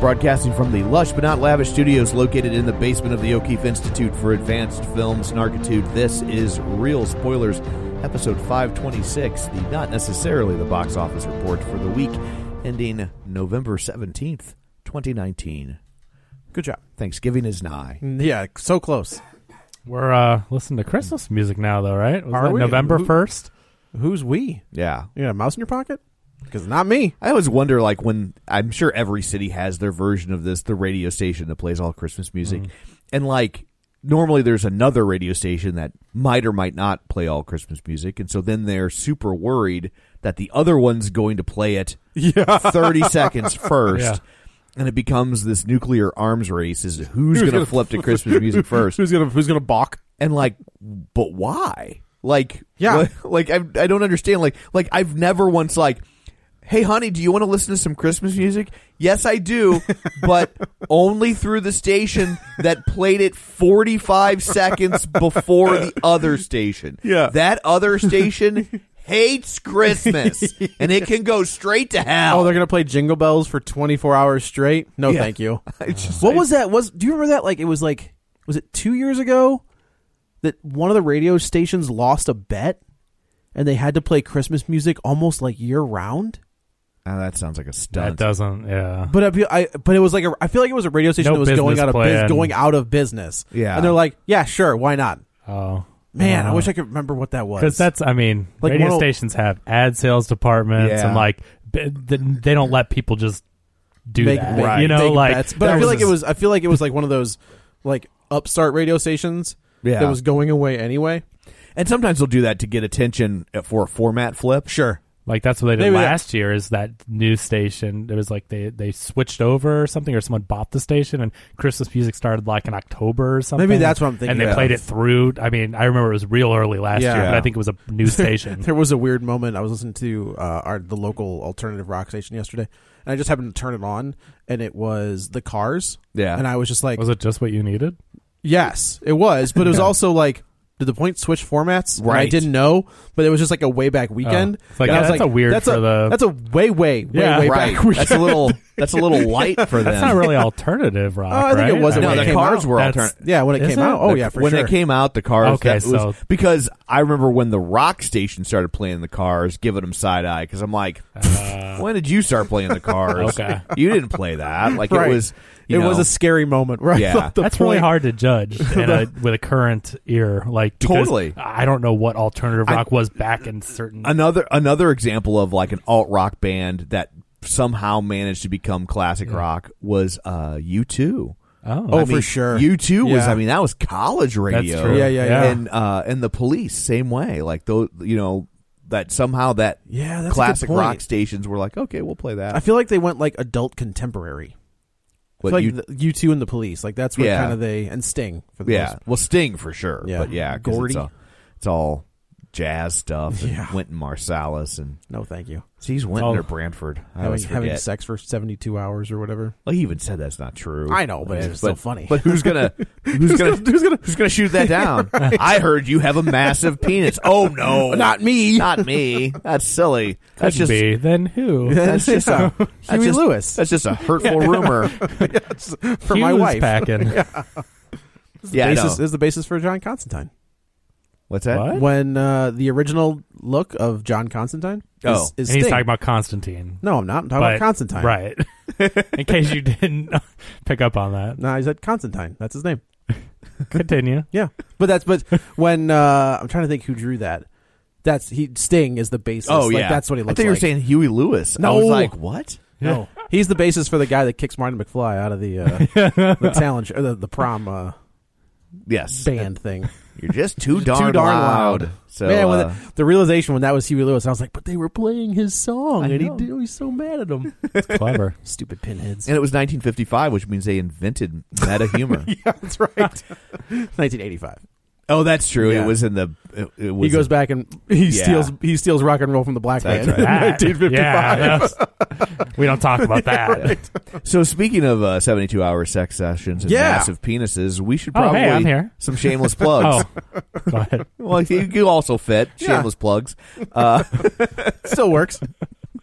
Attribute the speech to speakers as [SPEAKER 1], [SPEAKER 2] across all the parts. [SPEAKER 1] Broadcasting from the lush but not lavish studios located in the basement of the O'Keefe Institute for Advanced Film Snarkitude, this is Real Spoilers, episode 526, the not necessarily the box office report for the week ending November 17th, 2019. Good job. Thanksgiving is nigh.
[SPEAKER 2] Yeah, so close.
[SPEAKER 3] We're uh, listening to Christmas music now, though, right? Wasn't
[SPEAKER 2] Are
[SPEAKER 3] that
[SPEAKER 2] we?
[SPEAKER 3] November
[SPEAKER 2] Who-
[SPEAKER 3] first?
[SPEAKER 2] Who's we?
[SPEAKER 1] Yeah.
[SPEAKER 2] You got a mouse in your pocket? Because not me.
[SPEAKER 1] I always wonder, like, when I'm sure every city has their version of this, the radio station that plays all Christmas music. And, like, normally there's another radio station that might or might not play all Christmas music. And so then they're super worried that the other one's going to play it 30 seconds first.
[SPEAKER 3] Yeah.
[SPEAKER 1] And it becomes this nuclear arms race is who's going to flip to Christmas music first.
[SPEAKER 2] Who's gonna Who's gonna balk?
[SPEAKER 1] and like but why like
[SPEAKER 2] Yeah.
[SPEAKER 1] what- like I, I don't understand like like i've never once like hey honey do you want to listen to some christmas music yes i do but only through the station that played it 45 seconds before the other station
[SPEAKER 2] Yeah.
[SPEAKER 1] that other station hates christmas and it can go straight to hell
[SPEAKER 2] Oh, they're gonna play Jingle Bells for 24 hours straight? No,
[SPEAKER 1] Yeah.
[SPEAKER 2] thank you.
[SPEAKER 1] I just-
[SPEAKER 2] What was that? Was do you remember that? Like it was like was it two years ago that one of the radio stations lost a bet and they had to play Christmas music almost like year round?
[SPEAKER 1] Oh, that sounds like a
[SPEAKER 3] That
[SPEAKER 1] stunt
[SPEAKER 3] doesn't. Yeah.
[SPEAKER 2] But I, feel- I but it was like a, I feel like it was a radio station
[SPEAKER 3] No
[SPEAKER 2] that was going
[SPEAKER 3] business
[SPEAKER 2] out of
[SPEAKER 3] plan.
[SPEAKER 2] biz, going out of business.
[SPEAKER 1] Yeah. Uh-huh.
[SPEAKER 2] and they're like, yeah, sure, why not?
[SPEAKER 3] Oh
[SPEAKER 2] Man, I wish I could remember what that was.
[SPEAKER 3] Because that's. I mean,
[SPEAKER 2] Like,
[SPEAKER 3] radio
[SPEAKER 2] one of-
[SPEAKER 3] stations have ad sales departments
[SPEAKER 1] Yeah.
[SPEAKER 3] and like b- th- they don't let people just do
[SPEAKER 2] Make-
[SPEAKER 3] that.
[SPEAKER 2] make-
[SPEAKER 3] You know,
[SPEAKER 2] make
[SPEAKER 3] like.
[SPEAKER 2] bets. but
[SPEAKER 3] that
[SPEAKER 2] I feel like
[SPEAKER 3] a-
[SPEAKER 2] it was I feel like it was like one of those like upstart radio stations
[SPEAKER 1] Yeah.
[SPEAKER 2] that was going away anyway.
[SPEAKER 1] and sometimes they'll do that to get attention for a format flip
[SPEAKER 2] Sure.
[SPEAKER 3] Like that's what they did
[SPEAKER 2] Maybe that-
[SPEAKER 3] last year. Is that news station? It was like they they switched over or something, or someone bought the station, and Christmas music started like in October or something.
[SPEAKER 2] that's what I'm thinking
[SPEAKER 3] And they
[SPEAKER 2] of.
[SPEAKER 3] played it through. I mean, I remember it was real early last
[SPEAKER 2] Yeah.
[SPEAKER 3] year, but I think it was a news station.
[SPEAKER 2] There was a weird moment. I was listening to uh, our the local alternative rock station yesterday, and I just happened to turn it on, and it was the Cars.
[SPEAKER 1] Yeah.
[SPEAKER 2] and I was just like,
[SPEAKER 3] was it just what you needed?
[SPEAKER 2] yes, it was, but it was also like. Did the point switch formats? And I
[SPEAKER 1] Right.
[SPEAKER 2] didn't know, but it was just like a way back weekend.
[SPEAKER 3] Oh. It's like,
[SPEAKER 2] And I
[SPEAKER 3] yeah,
[SPEAKER 2] was
[SPEAKER 3] that's a weird
[SPEAKER 2] that's
[SPEAKER 3] for
[SPEAKER 2] a,
[SPEAKER 3] the-
[SPEAKER 2] That's a way, way, way,
[SPEAKER 3] Yeah.
[SPEAKER 2] way
[SPEAKER 1] right
[SPEAKER 2] back weekend.
[SPEAKER 1] that's a little that's a little light for them
[SPEAKER 3] That's not really alternative rock.
[SPEAKER 2] I think it
[SPEAKER 3] right?
[SPEAKER 2] was
[SPEAKER 3] Oh, I
[SPEAKER 2] when
[SPEAKER 1] no, the
[SPEAKER 2] it came
[SPEAKER 1] cars
[SPEAKER 2] out.
[SPEAKER 1] were
[SPEAKER 3] That's-
[SPEAKER 1] alternative.
[SPEAKER 2] yeah, when it
[SPEAKER 3] Is
[SPEAKER 2] came
[SPEAKER 3] it?
[SPEAKER 2] out. Oh yeah, for
[SPEAKER 1] when
[SPEAKER 2] sure.
[SPEAKER 1] they came out, the cars.
[SPEAKER 3] Okay,
[SPEAKER 1] that was-
[SPEAKER 3] so-
[SPEAKER 1] because I remember when the rock station started playing the cars, giving them side eye. Because I'm like,
[SPEAKER 2] Uh,
[SPEAKER 1] when did you start playing the cars?
[SPEAKER 3] Okay.
[SPEAKER 1] you didn't play that. Like
[SPEAKER 2] Right.
[SPEAKER 1] it was,
[SPEAKER 2] It
[SPEAKER 1] you know,
[SPEAKER 2] was a scary moment. Right.
[SPEAKER 1] Yeah.
[SPEAKER 2] The
[SPEAKER 3] That's
[SPEAKER 2] point-
[SPEAKER 3] really hard to judge in a, with a current ear. Like because
[SPEAKER 1] Totally.
[SPEAKER 3] I don't know what alternative
[SPEAKER 1] I-
[SPEAKER 3] rock was back in certain.
[SPEAKER 1] another another example of like an alt rock band that somehow managed to become classic rock was uh U two.
[SPEAKER 3] oh,
[SPEAKER 2] Oh,
[SPEAKER 1] I
[SPEAKER 2] for
[SPEAKER 1] mean,
[SPEAKER 2] sure.
[SPEAKER 1] U two was.
[SPEAKER 2] Yeah.
[SPEAKER 1] I mean, that was college radio.
[SPEAKER 3] true.
[SPEAKER 2] Yeah, yeah, yeah.
[SPEAKER 1] And uh, and the police, same way. Like though, you know, that somehow that
[SPEAKER 2] Yeah, that's a good
[SPEAKER 1] classic
[SPEAKER 2] point.
[SPEAKER 1] rock stations were like, okay, we'll play that.
[SPEAKER 2] I feel like they went like adult contemporary.
[SPEAKER 1] But
[SPEAKER 2] like
[SPEAKER 1] you-
[SPEAKER 2] you, you two and the police. Like that's what
[SPEAKER 1] Yeah.
[SPEAKER 2] kind of they and Sting for the
[SPEAKER 1] yeah,
[SPEAKER 2] most.
[SPEAKER 1] well, Sting for sure.
[SPEAKER 2] Yeah.
[SPEAKER 1] but yeah, 'cause
[SPEAKER 2] Gordy.
[SPEAKER 1] It's all, it's all jazz stuff. and
[SPEAKER 2] Yeah.
[SPEAKER 1] Wynton Marsalis and
[SPEAKER 2] No, thank you.
[SPEAKER 1] he's Wynton
[SPEAKER 3] all-
[SPEAKER 1] or Branford. I
[SPEAKER 2] Having,
[SPEAKER 1] always
[SPEAKER 2] having
[SPEAKER 1] forget.
[SPEAKER 2] sex for seventy two hours or whatever.
[SPEAKER 1] Well, he even said that's not true.
[SPEAKER 2] I know, but it's still funny.
[SPEAKER 1] But who's gonna who's gonna who's gonna who's gonna shoot that down? I heard you have a massive penis. Oh no,
[SPEAKER 2] Not me.
[SPEAKER 1] not me. That's silly.
[SPEAKER 3] could
[SPEAKER 1] That's just
[SPEAKER 3] be. Then who?
[SPEAKER 1] that's just a that's
[SPEAKER 2] uh, Huey
[SPEAKER 1] just-
[SPEAKER 2] Lewis.
[SPEAKER 1] That's just a hurtful rumor.
[SPEAKER 2] for
[SPEAKER 3] He
[SPEAKER 2] my
[SPEAKER 3] was
[SPEAKER 2] wife.
[SPEAKER 3] Packing.
[SPEAKER 1] yeah, I know.
[SPEAKER 2] basis is the basis for John Constantine.
[SPEAKER 1] what's that?
[SPEAKER 3] What?
[SPEAKER 2] When uh, the original look of John Constantine is,
[SPEAKER 1] Oh.
[SPEAKER 2] is
[SPEAKER 3] and he's
[SPEAKER 2] Sting.
[SPEAKER 3] talking about Constantine.
[SPEAKER 2] No, I'm not. I'm talking
[SPEAKER 3] but,
[SPEAKER 2] about Constantine.
[SPEAKER 3] Right. In case you didn't pick up on that.
[SPEAKER 2] No, I said Constantine. That's his name.
[SPEAKER 3] Continue.
[SPEAKER 2] Yeah, but that's but when uh, I'm trying to think who drew that. That's he Sting is the bassist.
[SPEAKER 1] Oh
[SPEAKER 2] Like,
[SPEAKER 1] yeah,
[SPEAKER 2] that's what he
[SPEAKER 1] I
[SPEAKER 2] looks.
[SPEAKER 1] thought you were
[SPEAKER 2] like.
[SPEAKER 1] saying Huey Lewis. I
[SPEAKER 2] No.
[SPEAKER 1] was like what?
[SPEAKER 2] No, he's the bassist for the guy that kicks Martin McFly out of the uh, the talent sh- or the, the prom uh,
[SPEAKER 1] Yes,
[SPEAKER 2] band thing.
[SPEAKER 1] you're just too darn,
[SPEAKER 2] Too darn
[SPEAKER 1] loud.
[SPEAKER 2] loud.
[SPEAKER 1] So
[SPEAKER 2] Man, when
[SPEAKER 1] uh,
[SPEAKER 2] the, the realization when that was Huey Lewis, I was like, but they were playing his song,
[SPEAKER 1] I
[SPEAKER 2] and he
[SPEAKER 1] know.
[SPEAKER 2] did, he's so mad at him.
[SPEAKER 3] It's clever.
[SPEAKER 2] Stupid pinheads.
[SPEAKER 1] and it was 1955, which means they invented meta humor.
[SPEAKER 2] yeah, that's right. 1985.
[SPEAKER 1] Oh, that's true. It
[SPEAKER 2] Yeah.
[SPEAKER 1] was in the. It, it was
[SPEAKER 2] He goes
[SPEAKER 1] a-
[SPEAKER 2] back and he
[SPEAKER 1] Yeah.
[SPEAKER 2] steals he steals rock and roll from the black
[SPEAKER 1] That's
[SPEAKER 2] man. in
[SPEAKER 3] That-
[SPEAKER 2] 1955.
[SPEAKER 3] Yeah, that's- we don't talk about that.
[SPEAKER 1] So speaking of uh, seventy-two hour sex sessions and
[SPEAKER 2] Yeah.
[SPEAKER 1] massive penises, we should
[SPEAKER 3] Oh, hey,
[SPEAKER 1] probably
[SPEAKER 3] I'm here.
[SPEAKER 1] some shameless plugs.
[SPEAKER 3] Oh, go ahead.
[SPEAKER 1] Well, you, you also fit
[SPEAKER 2] Yeah.
[SPEAKER 1] shameless plugs. Uh,
[SPEAKER 2] Still works.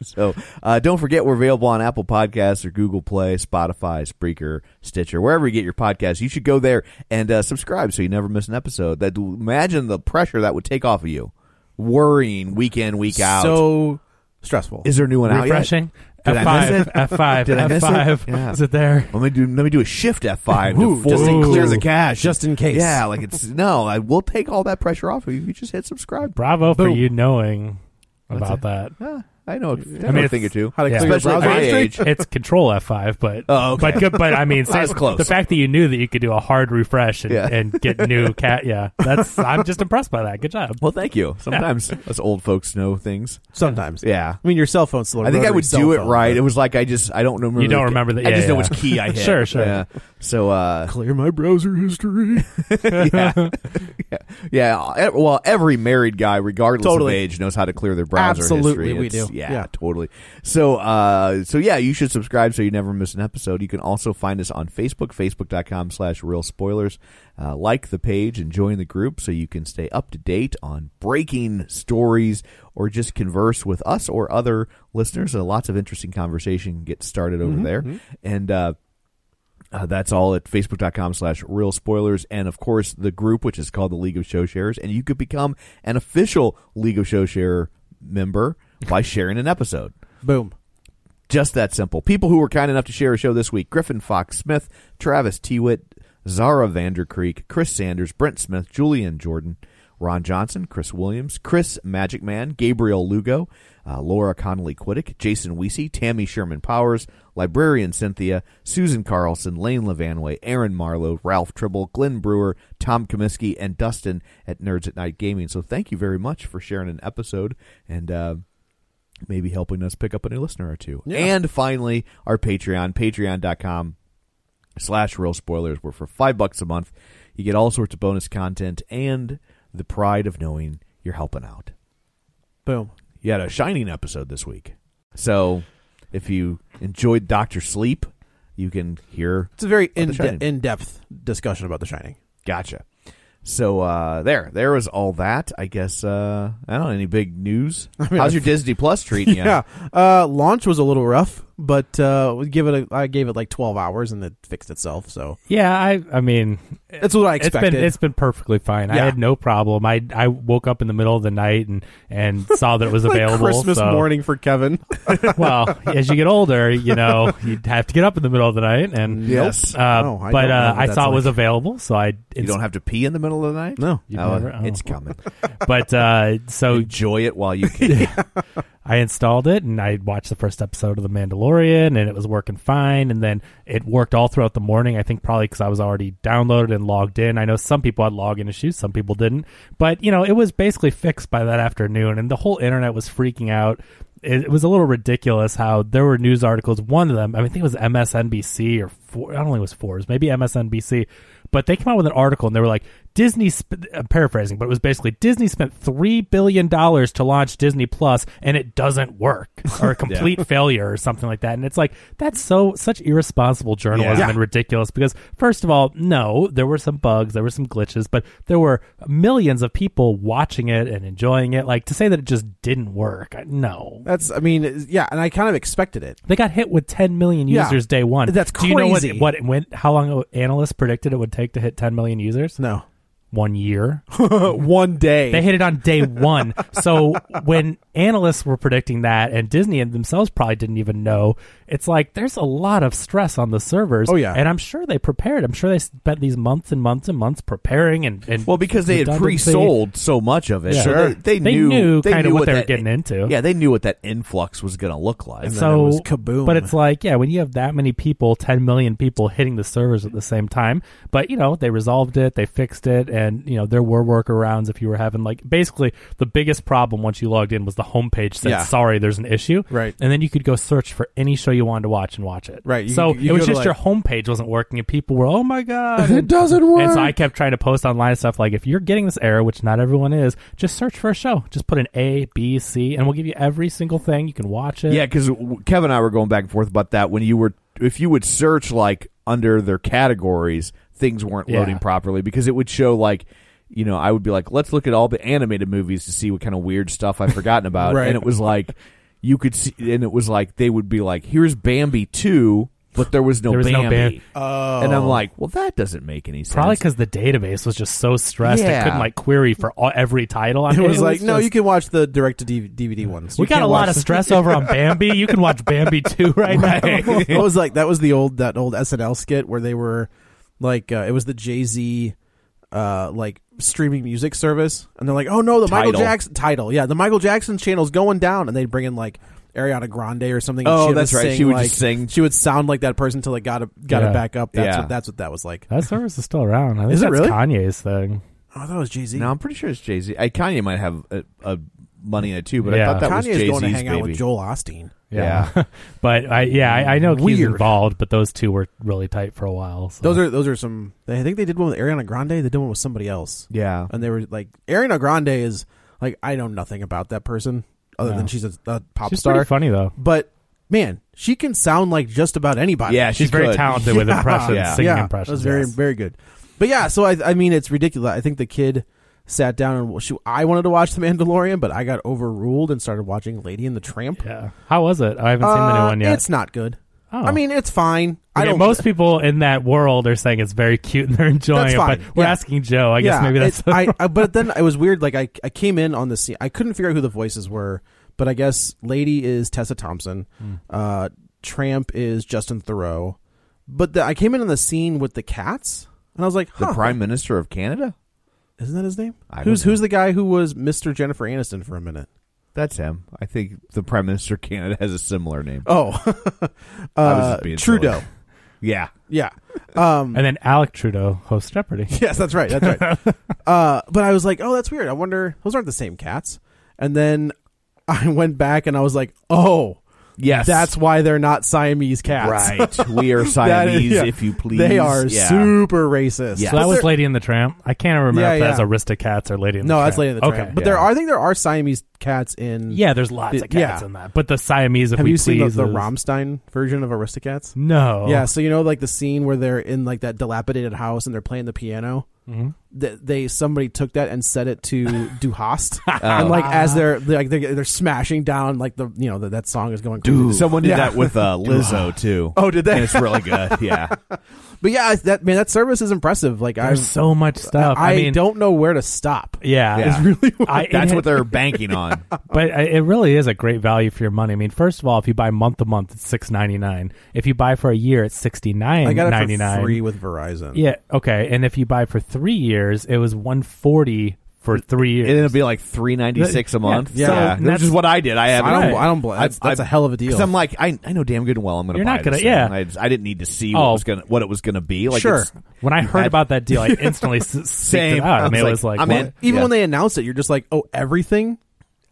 [SPEAKER 1] so uh, don't forget we're available on Apple Podcasts or Google Play, Spotify, Spreaker, Stitcher, wherever you get your podcasts. You should go there and uh, subscribe so you never miss an episode. That imagine the pressure that would take off of you, worrying week in week out.
[SPEAKER 2] So stressful.
[SPEAKER 1] is there a new one out yet?
[SPEAKER 3] Refreshing.
[SPEAKER 1] Did I
[SPEAKER 3] F
[SPEAKER 1] miss
[SPEAKER 3] five.
[SPEAKER 1] it?
[SPEAKER 3] F five.
[SPEAKER 1] Did I miss
[SPEAKER 3] F
[SPEAKER 1] it?
[SPEAKER 3] five.
[SPEAKER 1] Yeah.
[SPEAKER 3] Is it there?
[SPEAKER 1] Let me do. Let me do a shift F five to
[SPEAKER 2] Ooh,
[SPEAKER 1] force
[SPEAKER 2] just
[SPEAKER 1] and
[SPEAKER 2] in
[SPEAKER 1] clear
[SPEAKER 2] case.
[SPEAKER 1] the cache,
[SPEAKER 2] Just in case.
[SPEAKER 1] Yeah, like it's no. I will take all that pressure off of you. if You just hit subscribe.
[SPEAKER 3] Bravo for
[SPEAKER 2] Boom.
[SPEAKER 3] you knowing
[SPEAKER 1] That's
[SPEAKER 3] about
[SPEAKER 1] it.
[SPEAKER 3] that.
[SPEAKER 1] Yeah, I know. I, know
[SPEAKER 3] mean,
[SPEAKER 1] a
[SPEAKER 3] it's-
[SPEAKER 1] thing or two.
[SPEAKER 2] How to
[SPEAKER 3] Yeah.
[SPEAKER 2] clear your
[SPEAKER 1] Especially at
[SPEAKER 2] browser
[SPEAKER 1] my
[SPEAKER 2] history?
[SPEAKER 1] age.
[SPEAKER 3] It's Control F five, but
[SPEAKER 1] Oh, okay.
[SPEAKER 3] but good, but I mean,
[SPEAKER 1] That was
[SPEAKER 3] say-
[SPEAKER 1] close.
[SPEAKER 3] The fact that you knew that you could do a hard refresh and,
[SPEAKER 1] Yeah.
[SPEAKER 3] and get new cat, yeah, that's I'm just impressed by that. Good job.
[SPEAKER 1] Well, thank you. Sometimes us old folks know things.
[SPEAKER 2] Sometimes.
[SPEAKER 1] Yeah.
[SPEAKER 2] I mean, your cell phone's still. I
[SPEAKER 1] I think I would do it right. It was like I just I don't remember.
[SPEAKER 3] You don't
[SPEAKER 1] the-
[SPEAKER 3] remember the-
[SPEAKER 1] I
[SPEAKER 3] yeah,
[SPEAKER 1] just know
[SPEAKER 3] yeah.
[SPEAKER 1] which key I hit.
[SPEAKER 3] Sure, sure.
[SPEAKER 1] Yeah. So uh,
[SPEAKER 2] Clear my browser history.
[SPEAKER 1] yeah. yeah, yeah. e- Well, every married guy, regardless
[SPEAKER 2] Totally.
[SPEAKER 1] of age, knows how to clear their browser
[SPEAKER 2] Absolutely,
[SPEAKER 1] history.
[SPEAKER 2] we
[SPEAKER 1] It's-
[SPEAKER 2] do.
[SPEAKER 1] Yeah,
[SPEAKER 2] Yeah.
[SPEAKER 1] totally. So, uh, so yeah, you should subscribe so you never miss an episode. You can also find us on Facebook, facebook.com slash real spoilers. Uh, like the page and join the group so you can stay up to date on breaking stories or just converse with us or other listeners. Uh, lots of interesting conversation gets started over
[SPEAKER 2] Mm-hmm,
[SPEAKER 1] there. And, uh, uh, that's all at facebook.com slash real spoilers and of course the group which is called the league of show sharers and you could become an official league of show sharer member by sharing an episode
[SPEAKER 2] Boom.
[SPEAKER 1] just that simple people who were kind enough to share a show this week griffin fox smith travis tewitt zara vandercreek chris sanders brent smith julian jordan ron johnson chris williams chris magic man gabriel lugo uh, laura connolly quiddick jason weesey tammy sherman powers librarian cynthia susan carlson lane levanway aaron marlowe ralph tribble glenn brewer tom comiskey and dustin at nerds at night gaming so thank you very much for sharing an episode and uh, maybe helping us pick up a new listener or two. And finally, our Patreon, patreon.com slash real spoilers, where for five bucks a month, you get all sorts of bonus content and the pride of knowing you're helping out.
[SPEAKER 2] Boom.
[SPEAKER 1] You had a Shining episode this week. So if you enjoyed Doctor Sleep, you can hear
[SPEAKER 2] It's a very in
[SPEAKER 1] Shining.
[SPEAKER 2] de- in depth discussion about The Shining.
[SPEAKER 1] Gotcha. So uh, there, there was all that. I guess uh, I don't know any big news. How's your Disney Plus treating you?
[SPEAKER 2] Uh, launch was a little rough, but uh, we give it. A, I gave it like twelve hours, and it fixed itself. So
[SPEAKER 3] Yeah, I I mean,
[SPEAKER 2] that's what I
[SPEAKER 3] it's
[SPEAKER 2] expected.
[SPEAKER 3] been it's been perfectly fine. I
[SPEAKER 2] Yeah.
[SPEAKER 3] had no problem. I I woke up in the middle of the night and and saw that it was
[SPEAKER 2] Like
[SPEAKER 3] available.
[SPEAKER 2] Christmas
[SPEAKER 3] so-
[SPEAKER 2] morning for Kevin.
[SPEAKER 3] well, as you get older, you know you would have to get up in the middle of the night and
[SPEAKER 1] Yes.
[SPEAKER 3] Uh,
[SPEAKER 2] No, I
[SPEAKER 3] but
[SPEAKER 2] don't know
[SPEAKER 3] uh,
[SPEAKER 2] what
[SPEAKER 3] I
[SPEAKER 2] that's
[SPEAKER 3] saw it was
[SPEAKER 2] like.
[SPEAKER 3] available, so I
[SPEAKER 1] You don't have to pee in the middle of the night.
[SPEAKER 2] No.
[SPEAKER 3] You
[SPEAKER 1] Oh,
[SPEAKER 3] never- oh.
[SPEAKER 1] it's coming.
[SPEAKER 3] But uh, so
[SPEAKER 1] enjoy it while you can.
[SPEAKER 3] I installed it and I watched the first episode of The Mandalorian and it was working fine. And then it worked all throughout the morning. I think probably because I was already downloaded and logged in. I know some people had login issues, some people didn't. But, you know, it was basically fixed by that afternoon and the whole internet was freaking out. It, it was a little ridiculous how there were news articles. One of them, I, mean, I think it was MSNBC or four, I don't think it was Forbes, maybe MSNBC. But they came out with an article and they were like, Disney, sp- I'm paraphrasing, but it was basically Disney spent $3 billion to launch Disney Plus and it doesn't work or a complete failure or something like that. And it's like, that's so, such irresponsible journalism
[SPEAKER 2] Yeah.
[SPEAKER 3] and ridiculous because, first of all, no, there were some bugs, there were some glitches, but there were millions of people watching it and enjoying it. Like to say that it just didn't work, I- no.
[SPEAKER 2] That's. I mean, yeah, and I kind of expected it.
[SPEAKER 3] They got hit with 10 million
[SPEAKER 2] Yeah.
[SPEAKER 3] users day one.
[SPEAKER 2] That's
[SPEAKER 3] Do you know what,
[SPEAKER 2] crazy.
[SPEAKER 3] what it went, how long analysts predicted it would take to hit 10 million users?
[SPEAKER 2] No.
[SPEAKER 3] one year.
[SPEAKER 2] one day.
[SPEAKER 3] They hit it on day one. so when analysts were predicting that, and Disney themselves probably didn't even know, it's like there's a lot of stress on the servers.
[SPEAKER 2] Oh, yeah.
[SPEAKER 3] and I'm sure they prepared. I'm sure they spent these months and months and months preparing and, and
[SPEAKER 1] Well, because they had
[SPEAKER 3] redundancy.
[SPEAKER 1] pre-sold so much of it,
[SPEAKER 3] Yeah.
[SPEAKER 1] so
[SPEAKER 3] Sure.
[SPEAKER 1] they, they
[SPEAKER 3] They
[SPEAKER 1] knew
[SPEAKER 3] knew
[SPEAKER 1] they
[SPEAKER 3] kinda
[SPEAKER 1] knew
[SPEAKER 3] what they were
[SPEAKER 1] that-
[SPEAKER 3] getting into.
[SPEAKER 1] Yeah, they knew what that influx was going to look like.
[SPEAKER 2] And then
[SPEAKER 3] so
[SPEAKER 2] it was kaboom.
[SPEAKER 3] But it's like, yeah, when you have that many people, ten million people hitting the servers at the same time. But you know, they resolved it, they fixed it, and you know, there were workarounds if you were having like basically the biggest problem once you logged in was the homepage said,
[SPEAKER 2] Yeah.
[SPEAKER 3] "Sorry, there's an issue."
[SPEAKER 2] Right.
[SPEAKER 3] and then you could go search for any show you wanted to watch and watch it.
[SPEAKER 2] Right, you-
[SPEAKER 3] so
[SPEAKER 2] you
[SPEAKER 3] it was
[SPEAKER 2] go to,
[SPEAKER 3] just
[SPEAKER 2] like-
[SPEAKER 3] your homepage wasn't working, and people were, "Oh my god,
[SPEAKER 2] It doesn't work.
[SPEAKER 3] And so I kept trying to post online stuff like, if you're getting this error, which not everyone is, just search for a show. Just put an A, B, C, and we'll give you every single thing you can watch it.
[SPEAKER 1] Yeah, because Kevin and I were going back and forth about that. When you were, if you would search like under their categories, things weren't
[SPEAKER 3] Yeah.
[SPEAKER 1] loading properly because it would show like, you know, I would be like, let's look at all the animated movies to see what kind of weird stuff I've forgotten about,
[SPEAKER 2] Right.
[SPEAKER 1] and it was like, you could see, and it was like they would be like, here's Bambi two, but there was no
[SPEAKER 3] There was no
[SPEAKER 1] Bambi.
[SPEAKER 3] Bam-
[SPEAKER 1] And I'm like, well, that doesn't make any sense.
[SPEAKER 3] Probably because the database was just so stressed
[SPEAKER 1] Yeah.
[SPEAKER 3] it couldn't like query for all, every title. I
[SPEAKER 2] It
[SPEAKER 3] mean,
[SPEAKER 2] was like, no,
[SPEAKER 3] just-
[SPEAKER 2] you can watch the direct to DVD ones.
[SPEAKER 3] We
[SPEAKER 2] You
[SPEAKER 3] got a
[SPEAKER 2] can't
[SPEAKER 3] lot
[SPEAKER 2] watch
[SPEAKER 3] of
[SPEAKER 2] the-
[SPEAKER 3] stress over on Bambi. You can watch Bambi too right, now.
[SPEAKER 2] I was like, that was the old that old SNL skit where they were like, uh, it was the Jay Z, uh, like streaming music service, and they're like, oh no, the Michael
[SPEAKER 1] Tidal.
[SPEAKER 2] Jackson title, yeah, the Michael Jackson channel's going down, and they'd bring in like Ariana Grande or something. and
[SPEAKER 1] Oh,
[SPEAKER 2] she
[SPEAKER 1] that's
[SPEAKER 2] would
[SPEAKER 1] right.
[SPEAKER 2] sing,
[SPEAKER 1] She would
[SPEAKER 2] like-
[SPEAKER 1] just sing.
[SPEAKER 2] She would sound like that person until it got it got
[SPEAKER 3] Yeah.
[SPEAKER 2] it back up. That's
[SPEAKER 1] Yeah.
[SPEAKER 2] what that's what that was like.
[SPEAKER 3] That service is still around. I think
[SPEAKER 2] Is it
[SPEAKER 3] that's
[SPEAKER 2] really?
[SPEAKER 3] Kanye's thing.
[SPEAKER 2] Oh, that was Jay Z.
[SPEAKER 1] no, I'm pretty sure it's Jay Z. Kanye might have a, a money in it too, but I
[SPEAKER 3] Yeah.
[SPEAKER 1] thought that was
[SPEAKER 2] Kanye's
[SPEAKER 1] Jay Z's
[SPEAKER 2] going to hang
[SPEAKER 1] baby.
[SPEAKER 2] out with Joel Osteen.
[SPEAKER 3] Yeah, but I yeah I, I know he's
[SPEAKER 2] Weird.
[SPEAKER 3] involved, but those two were really tight for a while. So.
[SPEAKER 2] Those are those are some. I think they did one with Ariana Grande. They did one with somebody else.
[SPEAKER 1] Yeah.
[SPEAKER 2] and they were like Ariana Grande is like I know nothing about that person other
[SPEAKER 3] No.
[SPEAKER 2] than she's a, a pop
[SPEAKER 3] she's
[SPEAKER 2] star.
[SPEAKER 3] pretty funny though.
[SPEAKER 2] But man, she can sound like just about anybody.
[SPEAKER 1] Yeah, she
[SPEAKER 3] She's very
[SPEAKER 1] could.
[SPEAKER 3] talented with impressions,
[SPEAKER 1] Yeah.
[SPEAKER 3] singing
[SPEAKER 2] yeah,
[SPEAKER 3] impressions.
[SPEAKER 2] That was very
[SPEAKER 3] yes.
[SPEAKER 2] very good. But yeah, so I I mean it's ridiculous. I think the kid sat down and she, I wanted to watch The Mandalorian, but I got overruled and started watching Lady and the Tramp.
[SPEAKER 3] yeah. How was it? I haven't seen the new
[SPEAKER 2] Uh,
[SPEAKER 3] one yet.
[SPEAKER 2] It's not good.
[SPEAKER 3] Oh.
[SPEAKER 2] I mean, it's fine. I
[SPEAKER 3] Okay,
[SPEAKER 2] don't.
[SPEAKER 3] most people in that world are saying it's very cute and they're enjoying
[SPEAKER 2] That's
[SPEAKER 3] it.
[SPEAKER 2] fine,
[SPEAKER 3] But we're
[SPEAKER 2] yeah.
[SPEAKER 3] asking Joe. I guess maybe that's
[SPEAKER 2] it's- I, I. But then it was weird. Like I, I came in on the scene. I couldn't figure out who the voices were, but I guess Lady is Tessa Thompson.
[SPEAKER 1] Hmm.
[SPEAKER 2] Uh, Tramp is Justin Thoreau. But the, I came in on the scene with the cats, and I was like,
[SPEAKER 1] The
[SPEAKER 2] huh,
[SPEAKER 1] Prime Minister of Canada?
[SPEAKER 2] isn't that his name?
[SPEAKER 1] I don't
[SPEAKER 2] who's
[SPEAKER 1] know.
[SPEAKER 2] who's the guy who was Mr. Jennifer Aniston for a minute?
[SPEAKER 1] That's him. I think the Prime Minister of Canada has a similar name.
[SPEAKER 2] Oh,
[SPEAKER 1] was
[SPEAKER 2] uh,
[SPEAKER 1] just being silly.
[SPEAKER 2] Trudeau.
[SPEAKER 1] Yeah.
[SPEAKER 2] Yeah. Um,
[SPEAKER 3] And then Alec Trudeau hosts Jeopardy.
[SPEAKER 2] yes, that's right. That's right. uh, but I was like, oh, that's weird. I wonder. Those aren't the same cats. And then I went back and I was like, oh.
[SPEAKER 1] Yes.
[SPEAKER 2] That's why they're not Siamese cats.
[SPEAKER 1] right. we are
[SPEAKER 2] That
[SPEAKER 1] Siamese,
[SPEAKER 2] is- yeah.
[SPEAKER 1] if you please.
[SPEAKER 2] They are
[SPEAKER 1] Yeah.
[SPEAKER 2] super racist.
[SPEAKER 1] Yeah.
[SPEAKER 3] So that
[SPEAKER 2] But
[SPEAKER 3] was
[SPEAKER 2] there-
[SPEAKER 3] Lady in the Tramp. I can't remember
[SPEAKER 2] Yeah,
[SPEAKER 3] if that's
[SPEAKER 2] yeah.
[SPEAKER 3] Aristocats or Lady in the
[SPEAKER 2] no,
[SPEAKER 3] Tramp.
[SPEAKER 2] that's Lady in the Tramp.
[SPEAKER 3] Okay.
[SPEAKER 2] but
[SPEAKER 3] yeah.
[SPEAKER 2] there are, I think there are Siamese cats in.
[SPEAKER 3] Yeah, there's lots of
[SPEAKER 2] The-
[SPEAKER 3] cats
[SPEAKER 2] yeah.
[SPEAKER 3] in that. But the Siamese, if
[SPEAKER 2] Have
[SPEAKER 3] we
[SPEAKER 2] you
[SPEAKER 3] please,
[SPEAKER 2] seen the, the
[SPEAKER 3] is-
[SPEAKER 2] Rammstein version of Aristocats?
[SPEAKER 3] No.
[SPEAKER 2] Yeah. So you know, like the scene where they're in like that dilapidated house and they're playing the piano.
[SPEAKER 3] Mm-hmm.
[SPEAKER 2] Th- they somebody took that and set it to Du Hast,
[SPEAKER 3] Oh,
[SPEAKER 2] and like as they're, they're like they're, they're smashing down like the you know that that song is going crazy.
[SPEAKER 1] Someone did
[SPEAKER 2] Yeah.
[SPEAKER 1] that with uh, Lizzo, too.
[SPEAKER 2] Oh, did they?
[SPEAKER 1] And it's really good. Yeah.
[SPEAKER 2] But yeah, that man, that service is impressive. Like I,
[SPEAKER 3] There's so much stuff.
[SPEAKER 2] I,
[SPEAKER 3] I, mean,
[SPEAKER 2] don't know where to stop.
[SPEAKER 3] Yeah.
[SPEAKER 1] Yeah.
[SPEAKER 3] It's really I,
[SPEAKER 1] That's
[SPEAKER 3] it-
[SPEAKER 1] what they're banking on.
[SPEAKER 3] But I- it really is a great value for your money. I mean, first of all, if you buy month to month, it's six ninety nine. If you buy for a year, it's sixty nine
[SPEAKER 2] I got it
[SPEAKER 3] ninety
[SPEAKER 2] for free
[SPEAKER 3] nine.
[SPEAKER 2] with Verizon.
[SPEAKER 3] Yeah, okay. And if you buy for three years, it was one forty for three years.
[SPEAKER 1] And it'll be like three ninety six a
[SPEAKER 3] Yeah.
[SPEAKER 1] month.
[SPEAKER 3] Yeah.
[SPEAKER 2] So
[SPEAKER 1] Which
[SPEAKER 3] that's-
[SPEAKER 1] is what I did. I have
[SPEAKER 2] I don't.
[SPEAKER 3] Right.
[SPEAKER 2] I don't blame. That's, that's a hell of a deal.
[SPEAKER 1] Because I'm like, I, I know damn good and well I'm going to
[SPEAKER 3] You're
[SPEAKER 1] buy
[SPEAKER 3] not gonna-
[SPEAKER 1] this thing.
[SPEAKER 3] yeah.
[SPEAKER 1] I, just- I didn't need to see what,
[SPEAKER 3] Oh.
[SPEAKER 1] was gonna, what it was going to be. Like
[SPEAKER 2] Sure.
[SPEAKER 1] it's-
[SPEAKER 3] when I
[SPEAKER 1] you
[SPEAKER 3] heard
[SPEAKER 1] had-
[SPEAKER 3] about that deal, I instantly s- seeked
[SPEAKER 1] Same.
[SPEAKER 3] it out.
[SPEAKER 1] I
[SPEAKER 3] I mean,
[SPEAKER 1] was
[SPEAKER 3] it was
[SPEAKER 1] like,
[SPEAKER 3] like,
[SPEAKER 1] I'm
[SPEAKER 3] what?
[SPEAKER 1] in.
[SPEAKER 2] even
[SPEAKER 1] Yeah.
[SPEAKER 2] when they announce it, you're just like, oh, everything,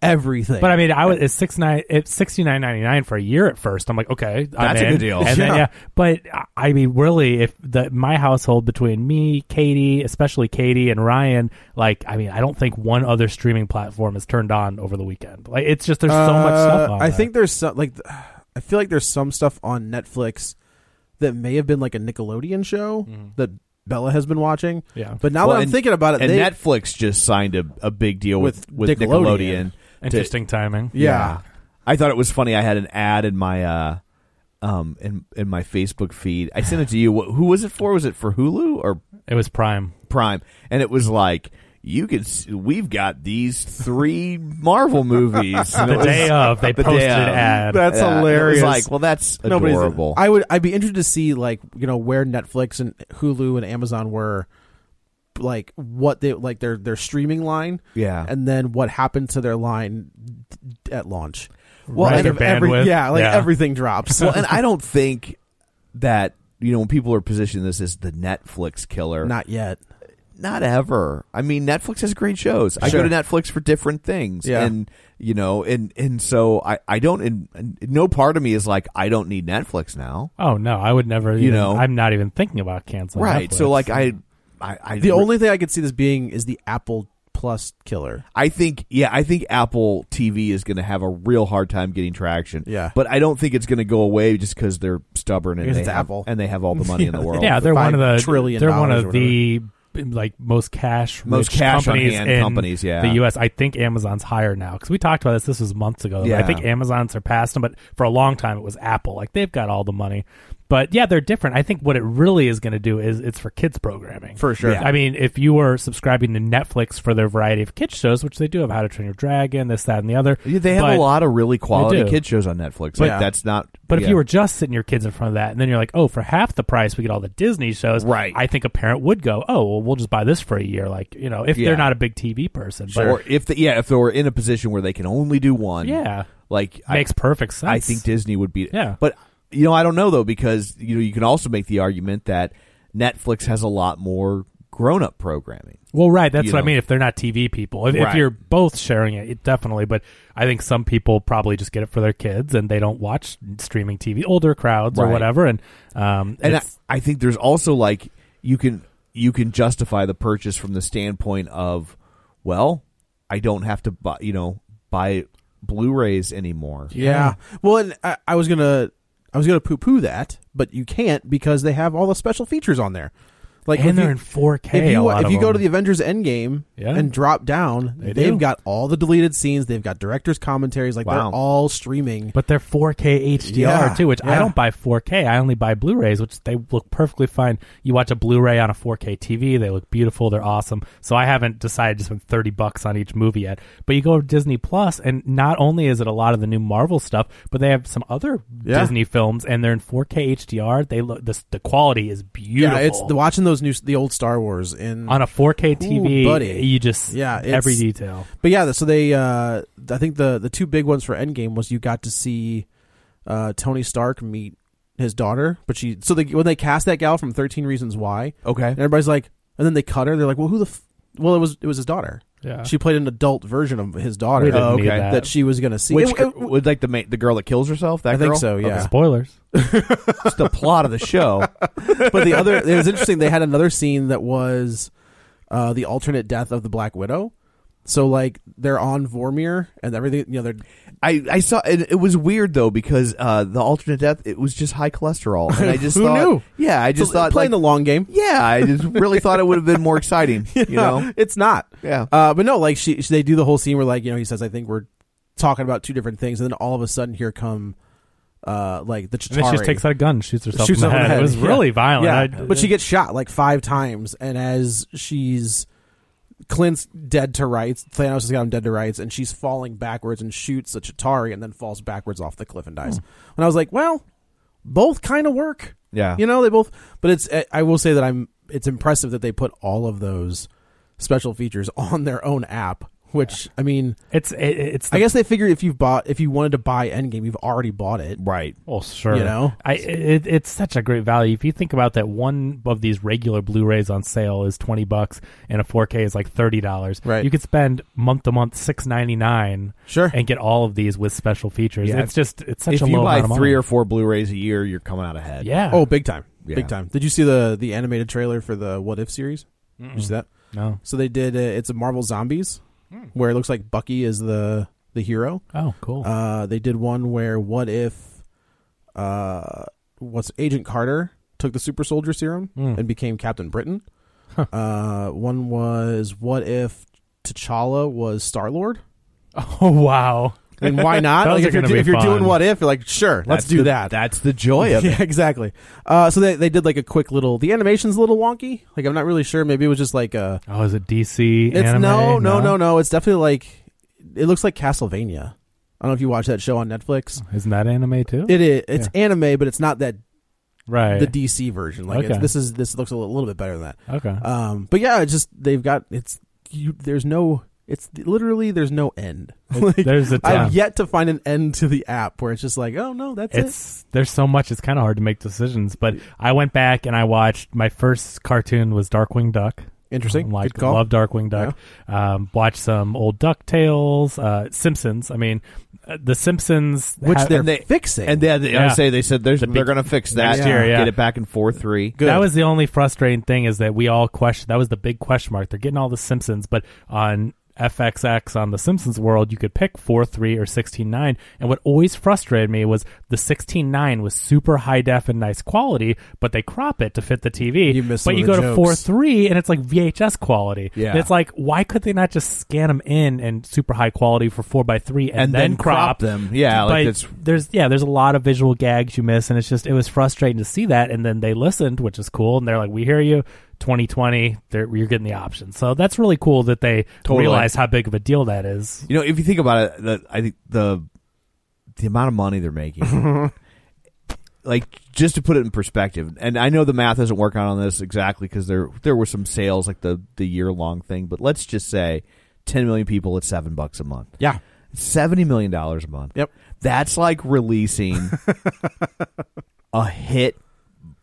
[SPEAKER 2] everything.
[SPEAKER 3] But I mean, I was it's six nine, it's sixty nine ninety nine for a year at first. I'm like, okay, I'm
[SPEAKER 1] That's a
[SPEAKER 3] in.
[SPEAKER 1] good deal.
[SPEAKER 3] And then,
[SPEAKER 2] Yeah.
[SPEAKER 3] yeah, but I- I mean, really, if the my household between me, Katie, especially Katie and Ryan, like, I mean, I don't think one other streaming platform is turned on over the weekend. Like, it's just there's so much stuff.
[SPEAKER 2] Uh,
[SPEAKER 3] on
[SPEAKER 2] I
[SPEAKER 3] there.
[SPEAKER 2] think there's some like, I feel like there's some stuff on Netflix that may have been like a Nickelodeon show that Bella has been watching.
[SPEAKER 3] Mm-hmm. Yeah.
[SPEAKER 2] But now
[SPEAKER 1] Well,
[SPEAKER 2] that I'm
[SPEAKER 1] and-
[SPEAKER 2] thinking about it,
[SPEAKER 1] and
[SPEAKER 2] they,
[SPEAKER 1] Netflix just signed a, a big deal with,
[SPEAKER 2] With
[SPEAKER 1] with Nickelodeon.
[SPEAKER 2] Nickelodeon.
[SPEAKER 1] to-
[SPEAKER 3] interesting timing.
[SPEAKER 2] yeah.
[SPEAKER 1] I thought it was funny. I had an ad in my uh, um in in my Facebook feed. I sent it to you. Wh- Who was it for? Was it for Hulu or
[SPEAKER 3] It was Prime.
[SPEAKER 1] Prime, and it was like you could. s- We've got these three Marvel movies. And
[SPEAKER 3] The
[SPEAKER 1] it was-
[SPEAKER 3] day of, they
[SPEAKER 1] the day
[SPEAKER 3] posted an
[SPEAKER 1] of.
[SPEAKER 3] ad.
[SPEAKER 2] uh, That's
[SPEAKER 1] Yeah, and it was
[SPEAKER 2] hilarious.
[SPEAKER 1] like, well, that's
[SPEAKER 2] Nobody's-
[SPEAKER 1] adorable.
[SPEAKER 2] I would. I'd be interested to see like you know where Netflix and Hulu and Amazon were, like what they like their their streaming line.
[SPEAKER 1] Yeah.
[SPEAKER 2] and then what happened to their line d- at launch?
[SPEAKER 1] Well,
[SPEAKER 3] Right,
[SPEAKER 1] and
[SPEAKER 3] their
[SPEAKER 2] Every-
[SPEAKER 3] bandwidth.
[SPEAKER 2] yeah, like everything drops.
[SPEAKER 1] well, and I don't think that you know when people are positioning this as the Netflix killer.
[SPEAKER 2] Not yet.
[SPEAKER 1] not ever. I mean, Netflix has great shows. I go
[SPEAKER 2] Sure.
[SPEAKER 1] to Netflix for different things,
[SPEAKER 2] Yeah.
[SPEAKER 1] and you know, and and so I I don't. And, and no part of me is like I don't need Netflix now,
[SPEAKER 3] Oh no, I would never.
[SPEAKER 1] You
[SPEAKER 3] even-
[SPEAKER 1] know.
[SPEAKER 3] I'm not even thinking about canceling.
[SPEAKER 1] right? So
[SPEAKER 3] Netflix.
[SPEAKER 1] like I, I, I
[SPEAKER 2] The only thing I could see this being is the Apple Plus killer.
[SPEAKER 1] I think yeah, I think Apple TV is going to have a real hard time getting traction.
[SPEAKER 2] Yeah.
[SPEAKER 1] but I don't think it's going to go away just because they're stubborn and
[SPEAKER 2] Because
[SPEAKER 1] they
[SPEAKER 2] it's
[SPEAKER 1] have,
[SPEAKER 2] Apple.
[SPEAKER 1] and they have all the money in the world.
[SPEAKER 3] yeah, they're one of
[SPEAKER 2] five
[SPEAKER 3] the
[SPEAKER 2] trillion
[SPEAKER 3] They're one
[SPEAKER 2] dollars or
[SPEAKER 3] of the like most cash,
[SPEAKER 1] Most
[SPEAKER 3] rich
[SPEAKER 1] cash on
[SPEAKER 3] companies
[SPEAKER 1] hand
[SPEAKER 3] in
[SPEAKER 1] companies, yeah.
[SPEAKER 3] the U.S. I think Amazon's higher now because we talked about this. This was months ago.
[SPEAKER 1] Yeah.
[SPEAKER 3] I think Amazon surpassed them, but for a long time it was Apple. Like they've got all the money. But yeah, they're different. I think what it really is going to do is it's for kids programming
[SPEAKER 2] For sure.
[SPEAKER 3] I mean, if you were subscribing to Netflix for their variety of kids shows, which they do have How to Train Your Dragon, this, that, and the other.
[SPEAKER 1] Yeah, they have
[SPEAKER 3] but-
[SPEAKER 1] a lot of really quality
[SPEAKER 3] do.
[SPEAKER 1] kid shows on Netflix.
[SPEAKER 2] But-
[SPEAKER 1] like that's not.
[SPEAKER 3] But if
[SPEAKER 1] yeah.
[SPEAKER 3] you were just sitting your kids in front of that, and then you're like, oh, for half the price, we get all the Disney shows.
[SPEAKER 1] Right.
[SPEAKER 3] I think a parent would go, oh, well, we'll just buy this for a year. Like, you know, if
[SPEAKER 1] Yeah.
[SPEAKER 3] they're not a big TV person.
[SPEAKER 1] or if they, yeah, if they were in a position where they can only do one,
[SPEAKER 3] But yeah,
[SPEAKER 1] like I-
[SPEAKER 3] makes perfect sense.
[SPEAKER 1] I think Disney would be
[SPEAKER 3] Yeah.
[SPEAKER 1] But you know, I don't know though because you know you can also make the argument that Netflix has a lot more grown-up programming.
[SPEAKER 3] Well, right. That's
[SPEAKER 1] you
[SPEAKER 3] what
[SPEAKER 1] know.
[SPEAKER 3] I mean. If they're not TV people, if, if
[SPEAKER 1] Right.
[SPEAKER 3] you're both sharing it, it definitely. But I think some people probably just get it for their kids and they don't watch streaming TV, older crowds
[SPEAKER 1] Right.
[SPEAKER 3] or whatever. And, um,
[SPEAKER 1] And I,
[SPEAKER 3] it's-
[SPEAKER 1] I think there's also like you can you can justify the purchase from the standpoint of well, I don't have to buy, you know, buy Blu-rays anymore.
[SPEAKER 2] Yeah. Well, and I, I was gonna, I was gonna poo poo that, but you can't because they have all the special features on there. Like if
[SPEAKER 3] and they're
[SPEAKER 2] you-
[SPEAKER 3] in 4K.
[SPEAKER 2] if
[SPEAKER 3] a
[SPEAKER 2] you,
[SPEAKER 3] lot
[SPEAKER 2] if
[SPEAKER 3] of
[SPEAKER 2] you go
[SPEAKER 3] them.
[SPEAKER 2] to the Avengers Endgame
[SPEAKER 3] Yeah.
[SPEAKER 2] and drop down,
[SPEAKER 3] They
[SPEAKER 2] they have
[SPEAKER 3] do.
[SPEAKER 2] got all the deleted scenes. They've got directors' commentaries. Like
[SPEAKER 1] Wow.
[SPEAKER 2] they're all streaming.
[SPEAKER 3] But they're 4K HDR
[SPEAKER 2] Yeah,
[SPEAKER 3] too, which
[SPEAKER 2] yeah.
[SPEAKER 3] I don't buy 4K. I only buy Blu-rays, which they look perfectly fine. You watch a Blu-ray on a 4K TV, they look beautiful, they're awesome. So I haven't decided to spend 30 bucks on each movie yet. But you go to Disney Plus and not only is it a lot of the new Marvel stuff, but they have some other
[SPEAKER 2] Yeah.
[SPEAKER 3] Disney films and they're in 4K HDR. They look the, the quality is beautiful.
[SPEAKER 2] Yeah, it's the, watching those new the old Star Wars in.
[SPEAKER 3] on a 4K TV,
[SPEAKER 2] Ooh, buddy.
[SPEAKER 3] you just
[SPEAKER 2] Yeah, it's-
[SPEAKER 3] every detail.
[SPEAKER 2] but yeah, so they uh I think the the two big ones for Endgame was you got to see uh Tony Stark meet his daughter, but she so they, when they cast that gal from Thirteen Reasons Why,
[SPEAKER 1] Okay.
[SPEAKER 2] and everybody's like, and then they cut her. They're like, well, who the f-? well it was it was his daughter.
[SPEAKER 3] Yeah.
[SPEAKER 2] She played an adult version of his daughter.
[SPEAKER 3] We didn't
[SPEAKER 1] Oh, okay.
[SPEAKER 3] need that.
[SPEAKER 2] That she was gonna see.
[SPEAKER 1] Which
[SPEAKER 2] It-
[SPEAKER 1] cou-
[SPEAKER 2] it-
[SPEAKER 1] would like the ma- the girl that kills herself? That
[SPEAKER 2] I think
[SPEAKER 1] girl?
[SPEAKER 2] so, yeah.
[SPEAKER 3] Spoilers.
[SPEAKER 1] That's the plot of the show.
[SPEAKER 2] but the other it was interesting they had another scene that was uh the alternate death of the black widow so like they're on vormir and everything you know they're
[SPEAKER 1] I, I saw and it was weird though because uh, the alternate death it was just high cholesterol and I just
[SPEAKER 2] Who
[SPEAKER 1] thought
[SPEAKER 2] knew?
[SPEAKER 1] yeah I just
[SPEAKER 2] so they're
[SPEAKER 1] thought like,
[SPEAKER 2] playing the long game
[SPEAKER 1] yeah I just really thought it would have been more exciting you know
[SPEAKER 2] it's not
[SPEAKER 1] Yeah.
[SPEAKER 2] uh but no like she, she they do the whole scene where like you know he says i think we're talking about two different things and then all of a sudden here come uh like the
[SPEAKER 3] And then
[SPEAKER 2] Chitauri.
[SPEAKER 3] she just takes out a gun, and shoots herself
[SPEAKER 2] Shoots
[SPEAKER 3] in the
[SPEAKER 2] her in
[SPEAKER 3] head.
[SPEAKER 2] the head,
[SPEAKER 3] It was
[SPEAKER 2] yeah.
[SPEAKER 3] really violent.
[SPEAKER 2] Yeah,
[SPEAKER 3] I-
[SPEAKER 2] but she gets shot like five times, and as she's Clint's dead to rights, Thanos has got him dead to rights, and she's falling backwards and shoots a Chitari and then falls backwards off the cliff and
[SPEAKER 1] Hmm.
[SPEAKER 2] dies. And I was like, well, both kind of work.
[SPEAKER 1] Yeah.
[SPEAKER 2] you know they both. But it's I- I will say that I'm it's impressive that they put all of those special features on their own app. Which I mean,
[SPEAKER 3] It's it, it's. The,
[SPEAKER 2] I guess they figured if you've bought if you wanted to buy Endgame, you've already bought it.
[SPEAKER 1] right
[SPEAKER 3] well, sure.
[SPEAKER 2] you know?
[SPEAKER 3] I it, it's such a great value if you think about that. One of these regular Blu-rays on sale is twenty bucks, and a four K is like thirty dollars.
[SPEAKER 2] Right.
[SPEAKER 3] You could spend month to month six ninety nine.
[SPEAKER 2] Sure.
[SPEAKER 3] And get all of these with special features.
[SPEAKER 1] Yeah.
[SPEAKER 3] It's just it's such
[SPEAKER 1] if
[SPEAKER 3] a
[SPEAKER 1] you
[SPEAKER 3] low
[SPEAKER 1] buy
[SPEAKER 3] amount of
[SPEAKER 1] three
[SPEAKER 3] money.
[SPEAKER 1] or four Blu-rays a year you're coming out ahead
[SPEAKER 3] yeah.
[SPEAKER 2] Oh, big time,
[SPEAKER 1] Yeah.
[SPEAKER 2] big time. Did you see the the animated trailer for the What If series? Did you see that?
[SPEAKER 3] no.
[SPEAKER 2] So they did. A, it's a Marvel Zombies, where it looks like Bucky is the the hero.
[SPEAKER 3] Oh, cool.
[SPEAKER 2] Uh, they did one where what if, uh, what's Agent Carter took the super soldier serum
[SPEAKER 3] Hmm.
[SPEAKER 2] and became Captain Britain. Uh, one was what if T'Challa was Star Lord.
[SPEAKER 3] oh wow.
[SPEAKER 2] And why not?
[SPEAKER 3] Those
[SPEAKER 2] like
[SPEAKER 3] are
[SPEAKER 2] if you're,
[SPEAKER 3] gonna
[SPEAKER 2] do-
[SPEAKER 3] be
[SPEAKER 2] if you're doing
[SPEAKER 3] fun.
[SPEAKER 2] what if, you're like, sure,
[SPEAKER 1] That's
[SPEAKER 2] let's do
[SPEAKER 1] the-
[SPEAKER 2] that.
[SPEAKER 1] That's the joy of it.
[SPEAKER 2] yeah, exactly. Uh, so they, they did like a quick little. The animation's a little wonky. Like I'm not really sure. Maybe it was just like a.
[SPEAKER 3] Oh, is it DC?
[SPEAKER 2] It's
[SPEAKER 3] anime?
[SPEAKER 2] no, no, no, no. It's definitely like. It looks like Castlevania. I don't know if you watch that show on Netflix.
[SPEAKER 3] Isn't that anime too?
[SPEAKER 2] It is. It's anime, but it's not that
[SPEAKER 3] right.
[SPEAKER 2] the DC version. Like it's,
[SPEAKER 3] Okay.
[SPEAKER 2] this is this looks a little, little bit better than that.
[SPEAKER 3] okay.
[SPEAKER 2] Um, but yeah, it's just they've got it's. You, there's no. It's literally there's no end. Like,
[SPEAKER 3] There's a time.
[SPEAKER 2] I've yet to find an end to the app where it's just like, oh no, that's it.
[SPEAKER 3] it's there's so much. It's kind of hard to make decisions. But I went back and I watched my first cartoon was Darkwing Duck.
[SPEAKER 2] Interesting.
[SPEAKER 3] Um, Like
[SPEAKER 2] Good call.
[SPEAKER 3] love Darkwing Duck. Um, watch some old Ducktales, uh, Simpsons. I mean, uh, the Simpsons,
[SPEAKER 2] Which
[SPEAKER 3] ha-
[SPEAKER 2] they're fixing.
[SPEAKER 1] And they, they
[SPEAKER 3] Yeah.
[SPEAKER 1] I say they said there's,
[SPEAKER 3] big-
[SPEAKER 1] they're going to fix that.
[SPEAKER 3] next year, yeah.
[SPEAKER 1] Get it back in four three.
[SPEAKER 2] Good.
[SPEAKER 3] That was the only frustrating thing is that we all question. That was the big question mark. They're getting all the Simpsons, but on FXX on the Simpsons world, you could pick four three or sixteen nine. And what always frustrated me was the sixteen nine was super high def and nice quality, but they crop it to fit the TV.
[SPEAKER 2] You miss some
[SPEAKER 3] but
[SPEAKER 2] of
[SPEAKER 3] you
[SPEAKER 2] the
[SPEAKER 3] go
[SPEAKER 2] jokes.
[SPEAKER 3] to four three and it's like VHS quality.
[SPEAKER 1] Yeah.
[SPEAKER 3] And it's like why could they not just scan them in and super high quality for four by three and,
[SPEAKER 1] And then crop them. Yeah, like
[SPEAKER 3] But
[SPEAKER 1] it's-
[SPEAKER 3] there's yeah, there's a lot of visual gags you miss, and it's just it was frustrating to see that. And then they listened, which is cool, and they're like, "We hear you." 2020, they're, you're getting the option. So that's really cool that they
[SPEAKER 1] Totally.
[SPEAKER 3] realize how big of a deal that is.
[SPEAKER 1] You know, if you think about it, the, I think the the amount of money they're making, like just to put it in perspective, and I know the math doesn't work out on this exactly because there there were some sales like the the year long thing, but let's just say ten million people at seven bucks a month,
[SPEAKER 2] yeah.
[SPEAKER 1] seventy million dollars a month.
[SPEAKER 2] Yep.
[SPEAKER 1] that's like releasing a hit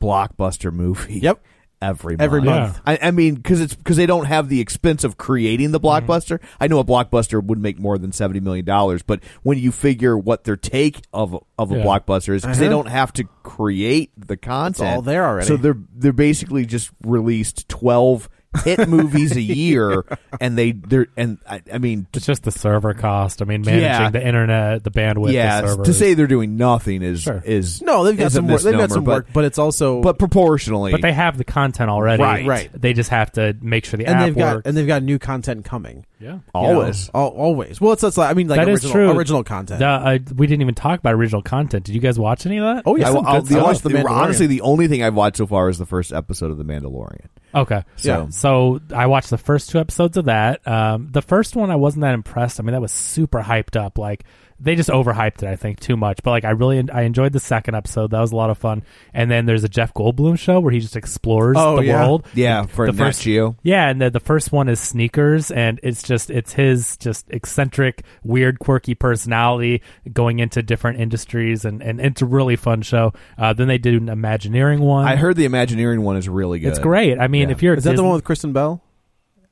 [SPEAKER 1] blockbuster movie.
[SPEAKER 2] Yep.
[SPEAKER 1] Every month.
[SPEAKER 2] Every
[SPEAKER 3] month.
[SPEAKER 1] I, I mean, because it's because they don't have the expense of creating the blockbuster. I know a blockbuster would make more than seventy million dollars, but when you figure what their take of of a
[SPEAKER 3] Yeah.
[SPEAKER 1] blockbuster is, because they
[SPEAKER 2] Uh-huh.
[SPEAKER 1] don't have to create the content,
[SPEAKER 2] all there already.
[SPEAKER 1] So they're they're basically just released twelve hit movies a year, and they they're and I, I mean to
[SPEAKER 3] It's just the server cost. I mean, managing
[SPEAKER 1] Yeah.
[SPEAKER 3] the internet, the bandwidth,
[SPEAKER 1] yeah,
[SPEAKER 3] the
[SPEAKER 1] s-
[SPEAKER 3] servers.
[SPEAKER 1] to say they're doing nothing is
[SPEAKER 3] Sure.
[SPEAKER 1] is
[SPEAKER 2] No, they've got
[SPEAKER 1] is a
[SPEAKER 2] some work. They've got
[SPEAKER 1] misnomer,
[SPEAKER 2] some
[SPEAKER 1] but,
[SPEAKER 2] work, but it's also
[SPEAKER 1] but proportionally,
[SPEAKER 3] but they have the content already.
[SPEAKER 2] Right. Right.
[SPEAKER 3] They just have to make sure the
[SPEAKER 2] and
[SPEAKER 3] app
[SPEAKER 2] they've got uh,
[SPEAKER 3] works.
[SPEAKER 2] and they've got new content coming.
[SPEAKER 3] yeah.
[SPEAKER 1] always. Oh,
[SPEAKER 2] You know? Al- always. Well, it's, it's like I mean, like
[SPEAKER 3] That is
[SPEAKER 2] original,
[SPEAKER 3] true.
[SPEAKER 2] Original content.
[SPEAKER 3] The- uh, we didn't even talk about original content. Did you guys watch any of that?
[SPEAKER 2] oh yeah,
[SPEAKER 1] I,
[SPEAKER 2] some
[SPEAKER 1] I'll-
[SPEAKER 2] good
[SPEAKER 1] the
[SPEAKER 2] stuff.
[SPEAKER 1] only- the-
[SPEAKER 2] Mandalorian.
[SPEAKER 1] honestly, the only thing I've watched so far is the first episode of The Mandalorian.
[SPEAKER 3] Okay.
[SPEAKER 1] So- Yeah.
[SPEAKER 3] so I watched the first two episodes of that. Um, the first one I wasn't that impressed. I mean, that was super hyped up. Like they just overhyped it, I think, too much. But like I really I enjoyed the second episode. That was a lot of fun. And then there's a Jeff Goldblum show where he just explores
[SPEAKER 2] Oh,
[SPEAKER 3] the
[SPEAKER 2] yeah.
[SPEAKER 3] world.
[SPEAKER 1] Yeah, for
[SPEAKER 3] the
[SPEAKER 1] Nat
[SPEAKER 3] first
[SPEAKER 1] Geo.
[SPEAKER 3] Yeah, and the, the first one is sneakers, and it's just it's his just eccentric, weird, quirky personality going into different industries, and and it's a really fun show. Uh, then they did an Imagineering one.
[SPEAKER 1] I heard the Imagineering one is really good.
[SPEAKER 3] it's great. I mean,
[SPEAKER 1] Yeah.
[SPEAKER 3] if you're
[SPEAKER 2] is that the
[SPEAKER 3] Disney-
[SPEAKER 2] one with Kristen Bell?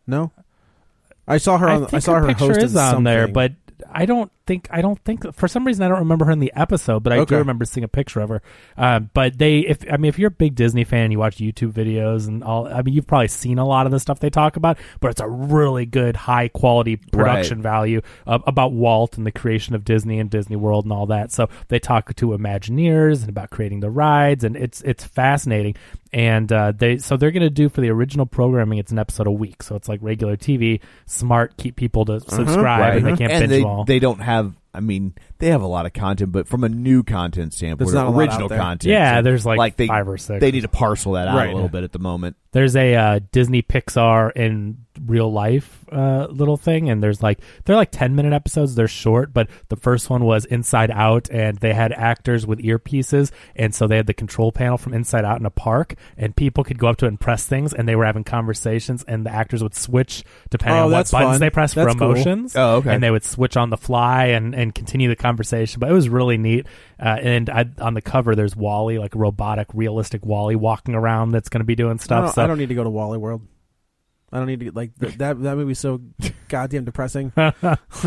[SPEAKER 2] No, I saw her. On, I,
[SPEAKER 3] think
[SPEAKER 2] saw her,
[SPEAKER 3] picture
[SPEAKER 2] host
[SPEAKER 3] is
[SPEAKER 2] in
[SPEAKER 3] on there,
[SPEAKER 2] something.
[SPEAKER 3] but I don't think I don't think for some reason I don't remember her in the episode, but I
[SPEAKER 2] Okay.
[SPEAKER 3] do remember seeing a picture of her. Um, but they, if I mean, if you're a big Disney fan, and you watch YouTube videos and all. I mean, you've probably seen a lot of the stuff they talk about, but it's a really good, high quality production value uh, about Walt and the creation of Disney and Disney World and all that. So they talk to Imagineers and about creating the rides, and it's it's fascinating. And uh, they so they're going to do for the original programming, it's an episode a week, so it's like regular TV. Smart, keep people to subscribe,
[SPEAKER 1] Right.
[SPEAKER 3] and they can't
[SPEAKER 1] and
[SPEAKER 3] binge
[SPEAKER 1] they,
[SPEAKER 3] them all.
[SPEAKER 1] they don't have. I mean, they have a lot of content, but from a new content standpoint,
[SPEAKER 2] There's not a lot
[SPEAKER 1] original
[SPEAKER 2] out there.
[SPEAKER 1] content.
[SPEAKER 3] Yeah,
[SPEAKER 1] so,
[SPEAKER 3] there's like
[SPEAKER 1] they,
[SPEAKER 3] five or six.
[SPEAKER 1] They need to parcel that out
[SPEAKER 2] Right.
[SPEAKER 1] a little bit at the moment.
[SPEAKER 3] there's a uh, Disney Pixar in real life uh, little thing, and there's like they're like ten minute episodes. They're short, but the first one was Inside Out, and they had actors with earpieces, and so they had the control panel from Inside Out in a park, and people could go up to it and press things, and they were having conversations, and the actors would switch depending
[SPEAKER 2] Oh,
[SPEAKER 3] on what
[SPEAKER 2] that's
[SPEAKER 3] buttons
[SPEAKER 2] fun.
[SPEAKER 3] they press
[SPEAKER 2] That's
[SPEAKER 3] for
[SPEAKER 2] cool.
[SPEAKER 3] emotions.
[SPEAKER 1] Oh, okay.
[SPEAKER 3] And they would switch on the fly and and continue the conversation, but it was really neat. Uh, and I, on the cover, there's Wally, like a robotic, realistic Wally walking around that's going to be doing
[SPEAKER 2] I
[SPEAKER 3] stuff.
[SPEAKER 1] Oh,
[SPEAKER 2] don't,
[SPEAKER 3] so
[SPEAKER 2] I don't need to go to Wally World. I don't need to like th- that. That movie's so goddamn depressing.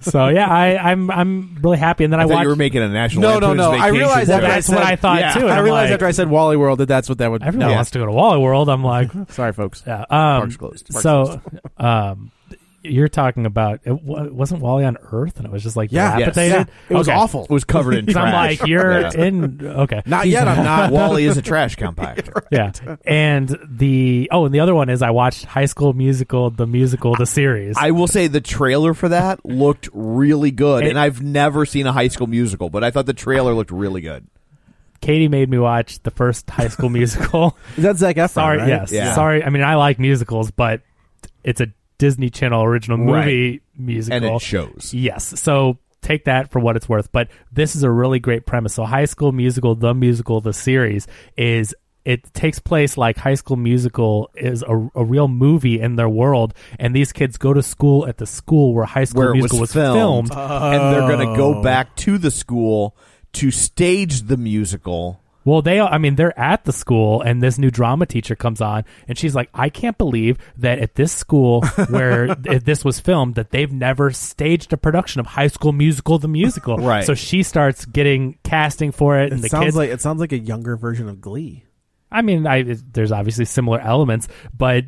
[SPEAKER 3] So yeah, I, I'm I'm really happy. And then I,
[SPEAKER 1] I, thought
[SPEAKER 3] watched.
[SPEAKER 1] you were making a national.
[SPEAKER 2] No, no,
[SPEAKER 1] Lampoon's
[SPEAKER 2] no. I
[SPEAKER 1] Vacation
[SPEAKER 2] realized
[SPEAKER 3] Well,
[SPEAKER 2] after
[SPEAKER 1] joke.
[SPEAKER 3] that's
[SPEAKER 2] I said,
[SPEAKER 3] what I thought
[SPEAKER 2] yeah,
[SPEAKER 3] too. and
[SPEAKER 2] I
[SPEAKER 3] I'm
[SPEAKER 2] realized
[SPEAKER 3] like,
[SPEAKER 2] after I said Wally World that that's what that would.
[SPEAKER 3] everyone
[SPEAKER 1] Yeah.
[SPEAKER 3] wants to go to Wally World. I'm like,
[SPEAKER 2] Sorry, folks.
[SPEAKER 3] yeah. Um,
[SPEAKER 1] Park's closed. Park's
[SPEAKER 3] so, um, you're talking about it w- wasn't Wally on Earth, and it was just like
[SPEAKER 2] Yeah. Yes.
[SPEAKER 3] dilapidated.
[SPEAKER 2] Yeah. It was
[SPEAKER 3] Okay.
[SPEAKER 2] awful.
[SPEAKER 1] It was covered in
[SPEAKER 3] 'Cause I'm
[SPEAKER 1] trash.
[SPEAKER 3] like, you're
[SPEAKER 1] Yeah.
[SPEAKER 3] in okay.
[SPEAKER 2] Not yet. I'm not.
[SPEAKER 1] Wally is a trash compactor.
[SPEAKER 3] Yeah, and the oh, and the other one is I watched High School Musical, the musical, the series.
[SPEAKER 1] I will say the trailer for that looked really good,
[SPEAKER 3] It-
[SPEAKER 1] and I've never seen a High School Musical, but I thought the trailer looked really good.
[SPEAKER 3] Katie made me watch the first High School Musical.
[SPEAKER 2] Is that Zach Efron?
[SPEAKER 3] Sorry,
[SPEAKER 2] right?
[SPEAKER 3] yes,
[SPEAKER 1] Yeah.
[SPEAKER 3] sorry. I mean, I like musicals, but it's a Disney Channel original
[SPEAKER 1] Right.
[SPEAKER 3] movie
[SPEAKER 1] And
[SPEAKER 3] musical,
[SPEAKER 1] it shows.
[SPEAKER 3] Yes. So take that for what it's worth. But this is a really great premise. So High School Musical, the musical, the series is it takes place like High School Musical is a, a real movie in their world, and these kids go to school at the school where High School
[SPEAKER 1] where it was
[SPEAKER 3] Musical
[SPEAKER 1] filmed, and they're going to go back to the school to stage the musical.
[SPEAKER 3] Well, they, I mean, they're at the school, and this new drama teacher comes on, and she's like, "I can't believe that at this school where th- this was filmed, that they've never staged a production of High School Musical, the musical."
[SPEAKER 1] Right.
[SPEAKER 3] So she starts getting casting for it,
[SPEAKER 2] It
[SPEAKER 3] and the
[SPEAKER 2] sounds
[SPEAKER 3] kids.
[SPEAKER 2] like it sounds like a younger version of Glee.
[SPEAKER 3] I mean, I there's obviously similar elements, but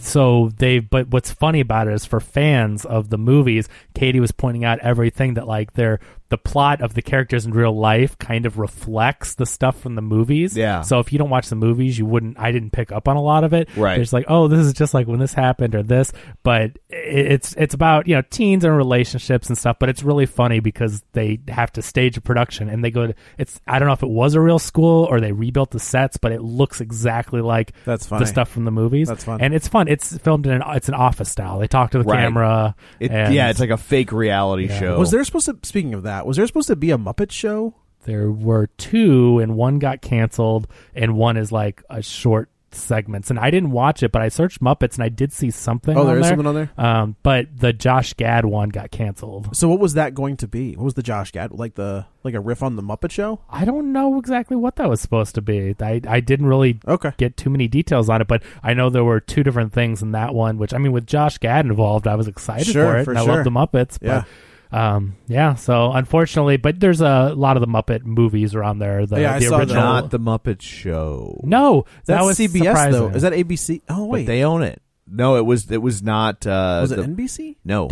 [SPEAKER 3] so they. But what's funny about it is for fans of the movies, Katie was pointing out everything that like their the plot of the characters in real life kind of reflects the stuff from the movies.
[SPEAKER 1] Yeah.
[SPEAKER 3] So if you don't watch the movies, you wouldn't. I didn't pick up on a lot of it.
[SPEAKER 1] Right.
[SPEAKER 3] There's like, oh, this is just like when this happened or this, but i- it's it's about you know teens and relationships and stuff. But it's really funny because they have to stage a production and they go to it's. I don't know if it was a real school or they rebuilt the sets, but it looks exactly like
[SPEAKER 2] That's
[SPEAKER 3] the
[SPEAKER 2] funny.
[SPEAKER 3] stuff from the movies.
[SPEAKER 2] That's fun.
[SPEAKER 3] and it's fun. It's filmed in an it's an office style. They talk to the
[SPEAKER 1] Right.
[SPEAKER 3] camera.
[SPEAKER 1] It,
[SPEAKER 3] and
[SPEAKER 1] yeah, it's like a fake reality show.
[SPEAKER 2] Was there supposed to? Speaking of that, was there supposed to be a Muppet show?
[SPEAKER 3] there were two and one got canceled and one is like a short segments and I didn't watch it but I searched Muppets and I did see something
[SPEAKER 2] Oh,
[SPEAKER 3] on
[SPEAKER 2] there
[SPEAKER 3] there
[SPEAKER 2] is something on there?
[SPEAKER 3] um but the Josh Gad one got canceled
[SPEAKER 2] So what was that going to be? What was the Josh Gad like the like a riff on the Muppet Show?
[SPEAKER 3] I don't know exactly what that was supposed to be I, I didn't really
[SPEAKER 2] Okay.
[SPEAKER 3] get too many details on it but I know there were two different things in that one which I mean with Josh Gad involved I was excited
[SPEAKER 2] Sure,
[SPEAKER 3] for it
[SPEAKER 2] for
[SPEAKER 3] and I
[SPEAKER 2] sure.
[SPEAKER 3] love the Muppets but
[SPEAKER 2] Yeah.
[SPEAKER 3] um yeah so unfortunately but there's a lot of the Muppet movies around there the,
[SPEAKER 2] Oh, Yeah, I
[SPEAKER 3] the
[SPEAKER 2] saw that.
[SPEAKER 3] original
[SPEAKER 1] not the Muppet Show?
[SPEAKER 3] No, that
[SPEAKER 2] That's
[SPEAKER 3] was
[SPEAKER 2] CBS
[SPEAKER 3] surprising.
[SPEAKER 2] though. Is that ABC? Oh wait,
[SPEAKER 1] but they own it. No, it was it was not. Uh,
[SPEAKER 2] was it
[SPEAKER 1] the,
[SPEAKER 2] NBC?
[SPEAKER 1] No.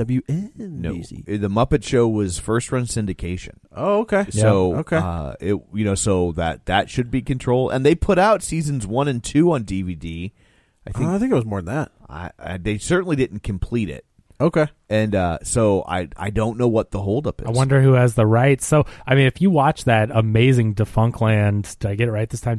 [SPEAKER 1] no,
[SPEAKER 2] WNBC.
[SPEAKER 1] the Muppet Show was first run syndication.
[SPEAKER 2] Oh okay.
[SPEAKER 1] So
[SPEAKER 2] okay.
[SPEAKER 1] uh, it you know so that that should be controlled, and they put out seasons one and two on DVD. I think
[SPEAKER 2] Oh, I think it was more than that.
[SPEAKER 1] I, I, they certainly didn't complete it,
[SPEAKER 2] Okay.
[SPEAKER 1] and uh, so I I don't know what the holdup is.
[SPEAKER 3] I wonder who has the rights. So, I mean, if you watch that amazing Defunkland, did I get it right this time?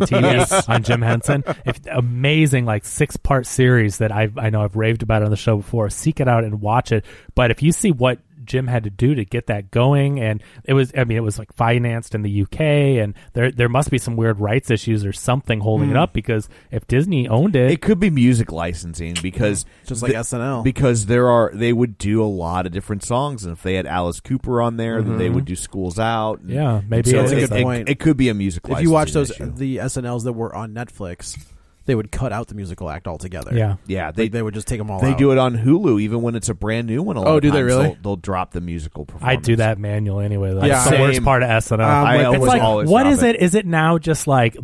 [SPEAKER 3] TV on Jim Henson. If amazing, like six part series that I I know I've raved about on the show before. Seek it out and watch it. But if you see what Jim had to do to get that going, and it was I mean it was like financed in the UK, and there there must be some weird rights issues or something holding it
[SPEAKER 2] Hmm.
[SPEAKER 3] up because if Disney owned it,
[SPEAKER 1] It could be music licensing because
[SPEAKER 2] Just like SNL.
[SPEAKER 1] Because there are they would do a lot of different songs, and if they had Alice Cooper on there, then they would do Schools Out. and-
[SPEAKER 3] Yeah, maybe
[SPEAKER 1] so
[SPEAKER 3] it
[SPEAKER 1] it,
[SPEAKER 3] is
[SPEAKER 2] that.
[SPEAKER 1] it-
[SPEAKER 2] Point.
[SPEAKER 1] it could be a music.
[SPEAKER 2] If you watch those
[SPEAKER 1] licensing issue.
[SPEAKER 2] the SNLs that were on Netflix, they would cut out the musical act altogether.
[SPEAKER 3] yeah.
[SPEAKER 1] yeah,
[SPEAKER 2] They
[SPEAKER 1] they
[SPEAKER 2] they would just take them all.
[SPEAKER 1] they
[SPEAKER 2] out.
[SPEAKER 1] do it on Hulu even when it's a brand new one. A lot
[SPEAKER 2] Oh,
[SPEAKER 1] of
[SPEAKER 2] do they
[SPEAKER 1] times
[SPEAKER 2] really?
[SPEAKER 1] They'll, they'll drop the musical.
[SPEAKER 3] I
[SPEAKER 1] Performance.
[SPEAKER 3] do that manual anyway. Though.
[SPEAKER 2] Yeah,
[SPEAKER 3] That's the worst
[SPEAKER 1] same.
[SPEAKER 3] part of SNL.
[SPEAKER 2] Um,
[SPEAKER 1] I
[SPEAKER 2] Like,
[SPEAKER 1] always,
[SPEAKER 3] it's like,
[SPEAKER 1] always
[SPEAKER 3] what
[SPEAKER 1] drop
[SPEAKER 3] is it? Is it now just like,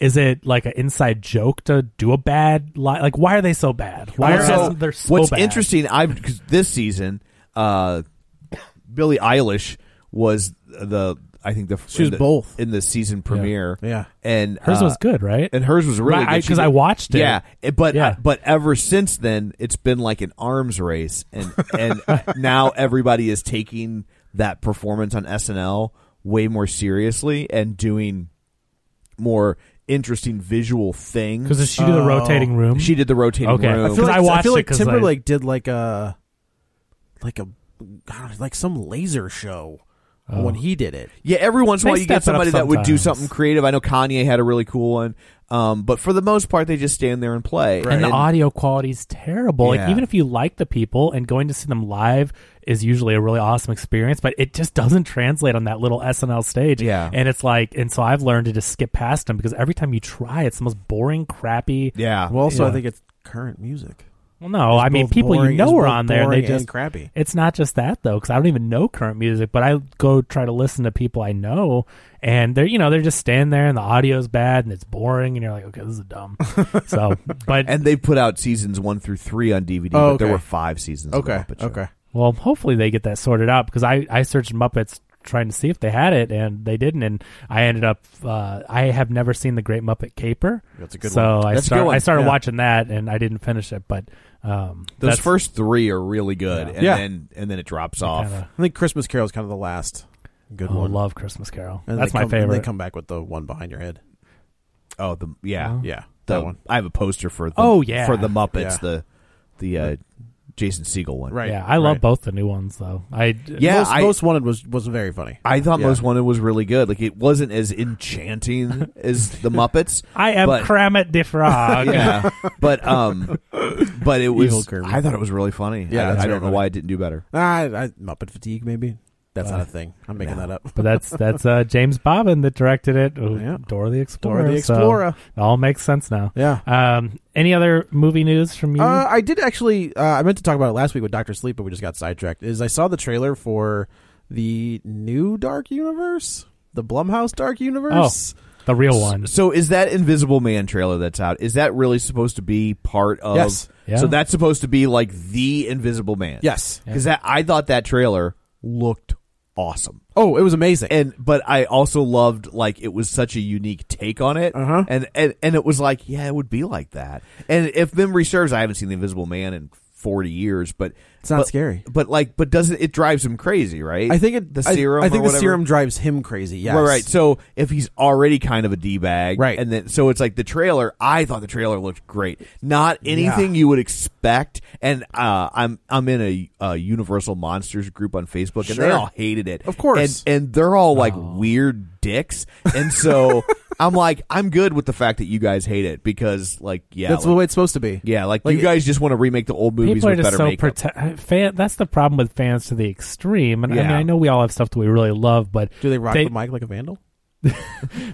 [SPEAKER 3] is it like an inside joke to do a bad lie? Like, why are they so bad? Why
[SPEAKER 1] Also,
[SPEAKER 3] are they so
[SPEAKER 1] what's
[SPEAKER 3] bad?
[SPEAKER 1] interesting? I because this season, uh, Billie Eilish was the I think the
[SPEAKER 2] She was
[SPEAKER 1] in the-
[SPEAKER 2] both.
[SPEAKER 1] in the season premiere.
[SPEAKER 2] Yeah.
[SPEAKER 1] and
[SPEAKER 3] Hers
[SPEAKER 1] uh,
[SPEAKER 3] was good, right?
[SPEAKER 1] and hers was really
[SPEAKER 3] Right, I-
[SPEAKER 1] good She
[SPEAKER 3] 'cause I
[SPEAKER 1] did-
[SPEAKER 3] watched it.
[SPEAKER 1] Yeah, but
[SPEAKER 3] Yeah.
[SPEAKER 1] but ever since then, it's been like an arms race, and and now everybody is taking that performance on SNL way more seriously and doing more interesting visual things. Uh,
[SPEAKER 3] Because she do
[SPEAKER 1] Oh.
[SPEAKER 3] the rotating room?
[SPEAKER 1] She did the rotating
[SPEAKER 3] Okay.
[SPEAKER 1] room.
[SPEAKER 3] I feel 'Cause like- watched
[SPEAKER 2] feel
[SPEAKER 3] it
[SPEAKER 2] like
[SPEAKER 3] 'cause I-
[SPEAKER 2] Timberlake did like a like a I don't know, like some laser show
[SPEAKER 3] Oh.
[SPEAKER 2] when he did it.
[SPEAKER 1] Yeah, every once in a
[SPEAKER 3] They
[SPEAKER 1] while you get
[SPEAKER 3] step it up
[SPEAKER 1] somebody that would do
[SPEAKER 3] sometimes.
[SPEAKER 1] something creative. I know Kanye had a really cool one, um, but for the most part, they just stand there and play.
[SPEAKER 3] and the audio quality's terrible.
[SPEAKER 1] Yeah.
[SPEAKER 3] Like even if you like the people and going to see them live is usually a really awesome experience, but it just doesn't translate on that little SNL stage.
[SPEAKER 1] Yeah.
[SPEAKER 3] and it's like, and so I've learned to just skip past them because every time you try, it's the most boring, crappy.
[SPEAKER 1] yeah,
[SPEAKER 2] Well, also
[SPEAKER 3] Yeah.
[SPEAKER 2] I think it's current music.
[SPEAKER 3] Well, no,
[SPEAKER 2] It's
[SPEAKER 3] I mean
[SPEAKER 2] both
[SPEAKER 3] people
[SPEAKER 2] boring-
[SPEAKER 3] you know
[SPEAKER 2] it's
[SPEAKER 3] are
[SPEAKER 2] both
[SPEAKER 3] on there. and They
[SPEAKER 2] boring and
[SPEAKER 3] just
[SPEAKER 2] crappy.
[SPEAKER 3] It's not just that though, because I don't even know current music, but I go try to listen to people I know, and they're you know they're just standing there, and the audio's bad, and it's boring, and you're like, okay, this is dumb. so, but
[SPEAKER 1] And they put out seasons one through three on DVD,
[SPEAKER 2] Oh,
[SPEAKER 1] but there
[SPEAKER 2] okay.
[SPEAKER 1] were five seasons. of
[SPEAKER 2] Okay.
[SPEAKER 1] Muppet Show.
[SPEAKER 2] Okay.
[SPEAKER 3] Well, hopefully they get that sorted out because I, I searched Muppets trying to see if they had it and they didn't, and I ended up uh, I have never seen the Great Muppet Caper.
[SPEAKER 2] That's a good
[SPEAKER 3] so I
[SPEAKER 1] That's a
[SPEAKER 3] start,
[SPEAKER 1] good one,
[SPEAKER 3] I started
[SPEAKER 1] yeah.
[SPEAKER 3] watching that and I didn't finish it, but um,
[SPEAKER 1] Those
[SPEAKER 3] that's
[SPEAKER 1] first three are really good, and
[SPEAKER 2] Yeah.
[SPEAKER 1] then and then it drops off.
[SPEAKER 3] kinda-
[SPEAKER 2] I think Christmas Carol is kind of the last good
[SPEAKER 3] oh, I
[SPEAKER 2] one.
[SPEAKER 3] love Christmas Carol.
[SPEAKER 2] And
[SPEAKER 3] that's
[SPEAKER 2] they
[SPEAKER 3] my
[SPEAKER 2] come- and
[SPEAKER 3] favorite.
[SPEAKER 2] They come back with the one behind your head.
[SPEAKER 1] Oh, the yeah,
[SPEAKER 3] Oh.
[SPEAKER 2] Yeah,
[SPEAKER 1] The-
[SPEAKER 2] that one.
[SPEAKER 1] I have a poster for. The,
[SPEAKER 3] Oh, yeah.
[SPEAKER 1] for the Muppets,
[SPEAKER 2] Yeah.
[SPEAKER 1] the the uh, Jason Siegel one.
[SPEAKER 2] Right.
[SPEAKER 3] yeah, I love
[SPEAKER 2] right.
[SPEAKER 3] both the new ones though. I
[SPEAKER 1] Yeah,
[SPEAKER 2] most,
[SPEAKER 1] I-
[SPEAKER 2] most wanted was was very funny.
[SPEAKER 1] I thought
[SPEAKER 2] Yeah.
[SPEAKER 1] Most Wanted was really good. Like it wasn't as enchanting as the Muppets.
[SPEAKER 3] I am
[SPEAKER 1] but,
[SPEAKER 3] Kermit the Frog.
[SPEAKER 1] yeah, but um, but it
[SPEAKER 2] Evil
[SPEAKER 1] was.
[SPEAKER 2] Kermit.
[SPEAKER 1] I thought it was really funny.
[SPEAKER 2] Yeah,
[SPEAKER 1] I-
[SPEAKER 2] that's
[SPEAKER 1] I,
[SPEAKER 2] very
[SPEAKER 1] don't know
[SPEAKER 2] funny.
[SPEAKER 1] why it didn't do better.
[SPEAKER 2] Ah, I, Muppet fatigue, maybe. That's
[SPEAKER 3] Uh,
[SPEAKER 2] not a thing. I'm making that up.
[SPEAKER 3] But that's that's uh, James Bobbin that directed it. Ooh,
[SPEAKER 2] Yeah.
[SPEAKER 3] Dora the Explorer.
[SPEAKER 2] Dora the
[SPEAKER 3] so
[SPEAKER 2] Explorer.
[SPEAKER 3] it all makes sense now.
[SPEAKER 2] Yeah.
[SPEAKER 3] Um, any other movie news from you?
[SPEAKER 2] Uh, I did actually. Uh, I meant to talk about it last week with Doctor Sleep, but we just got sidetracked. Is I saw the trailer for the new Dark Universe, the Blumhouse Dark Universe.
[SPEAKER 3] the real one.
[SPEAKER 1] So is that Invisible Man trailer that's out? Is that really supposed to be part of?
[SPEAKER 2] Yes.
[SPEAKER 3] Yeah.
[SPEAKER 1] So that's supposed to be like the Invisible Man.
[SPEAKER 2] Yes.
[SPEAKER 1] because that I thought that trailer looked awesome.
[SPEAKER 2] Oh, it was amazing.
[SPEAKER 1] and but I also loved like it was such a unique take on it,
[SPEAKER 2] Uh-huh.
[SPEAKER 1] and and and it was like yeah, it would be like that. And if memory serves, I haven't seen the Invisible Man in forty years, but
[SPEAKER 2] It's not
[SPEAKER 1] but-
[SPEAKER 2] scary.
[SPEAKER 1] But like, but doesn't it drives him crazy, right?
[SPEAKER 2] I think it,
[SPEAKER 1] the
[SPEAKER 2] I-
[SPEAKER 1] serum.
[SPEAKER 2] I,
[SPEAKER 1] or
[SPEAKER 2] think the
[SPEAKER 1] whatever?
[SPEAKER 2] serum drives him crazy. Yes.
[SPEAKER 1] Right, right. So if he's already kind of a d bag,
[SPEAKER 2] Right.
[SPEAKER 1] and then so it's like the trailer. I thought the trailer looked great. Not anything you would expect. And uh, I'm I'm in a, uh Universal Monsters group on Facebook, and they
[SPEAKER 2] Sure.
[SPEAKER 1] all hated it,
[SPEAKER 2] Of course.
[SPEAKER 1] And and they're all like
[SPEAKER 3] Oh.
[SPEAKER 1] weird dicks, and so. I'm like I'm good with the fact that you guys hate it because like yeah
[SPEAKER 2] That's
[SPEAKER 1] like,
[SPEAKER 2] the way it's supposed to be.
[SPEAKER 1] yeah like,
[SPEAKER 2] like-
[SPEAKER 1] you guys just want to remake the old movies
[SPEAKER 3] People are
[SPEAKER 1] with
[SPEAKER 3] just
[SPEAKER 1] better
[SPEAKER 3] so
[SPEAKER 1] makeup
[SPEAKER 3] prote- fan. That's the problem with fans to the extreme. And I mean,
[SPEAKER 1] Yeah.
[SPEAKER 3] I know we all have stuff that we really love, but
[SPEAKER 2] Do they rock
[SPEAKER 3] they,
[SPEAKER 2] the mic like a vandal?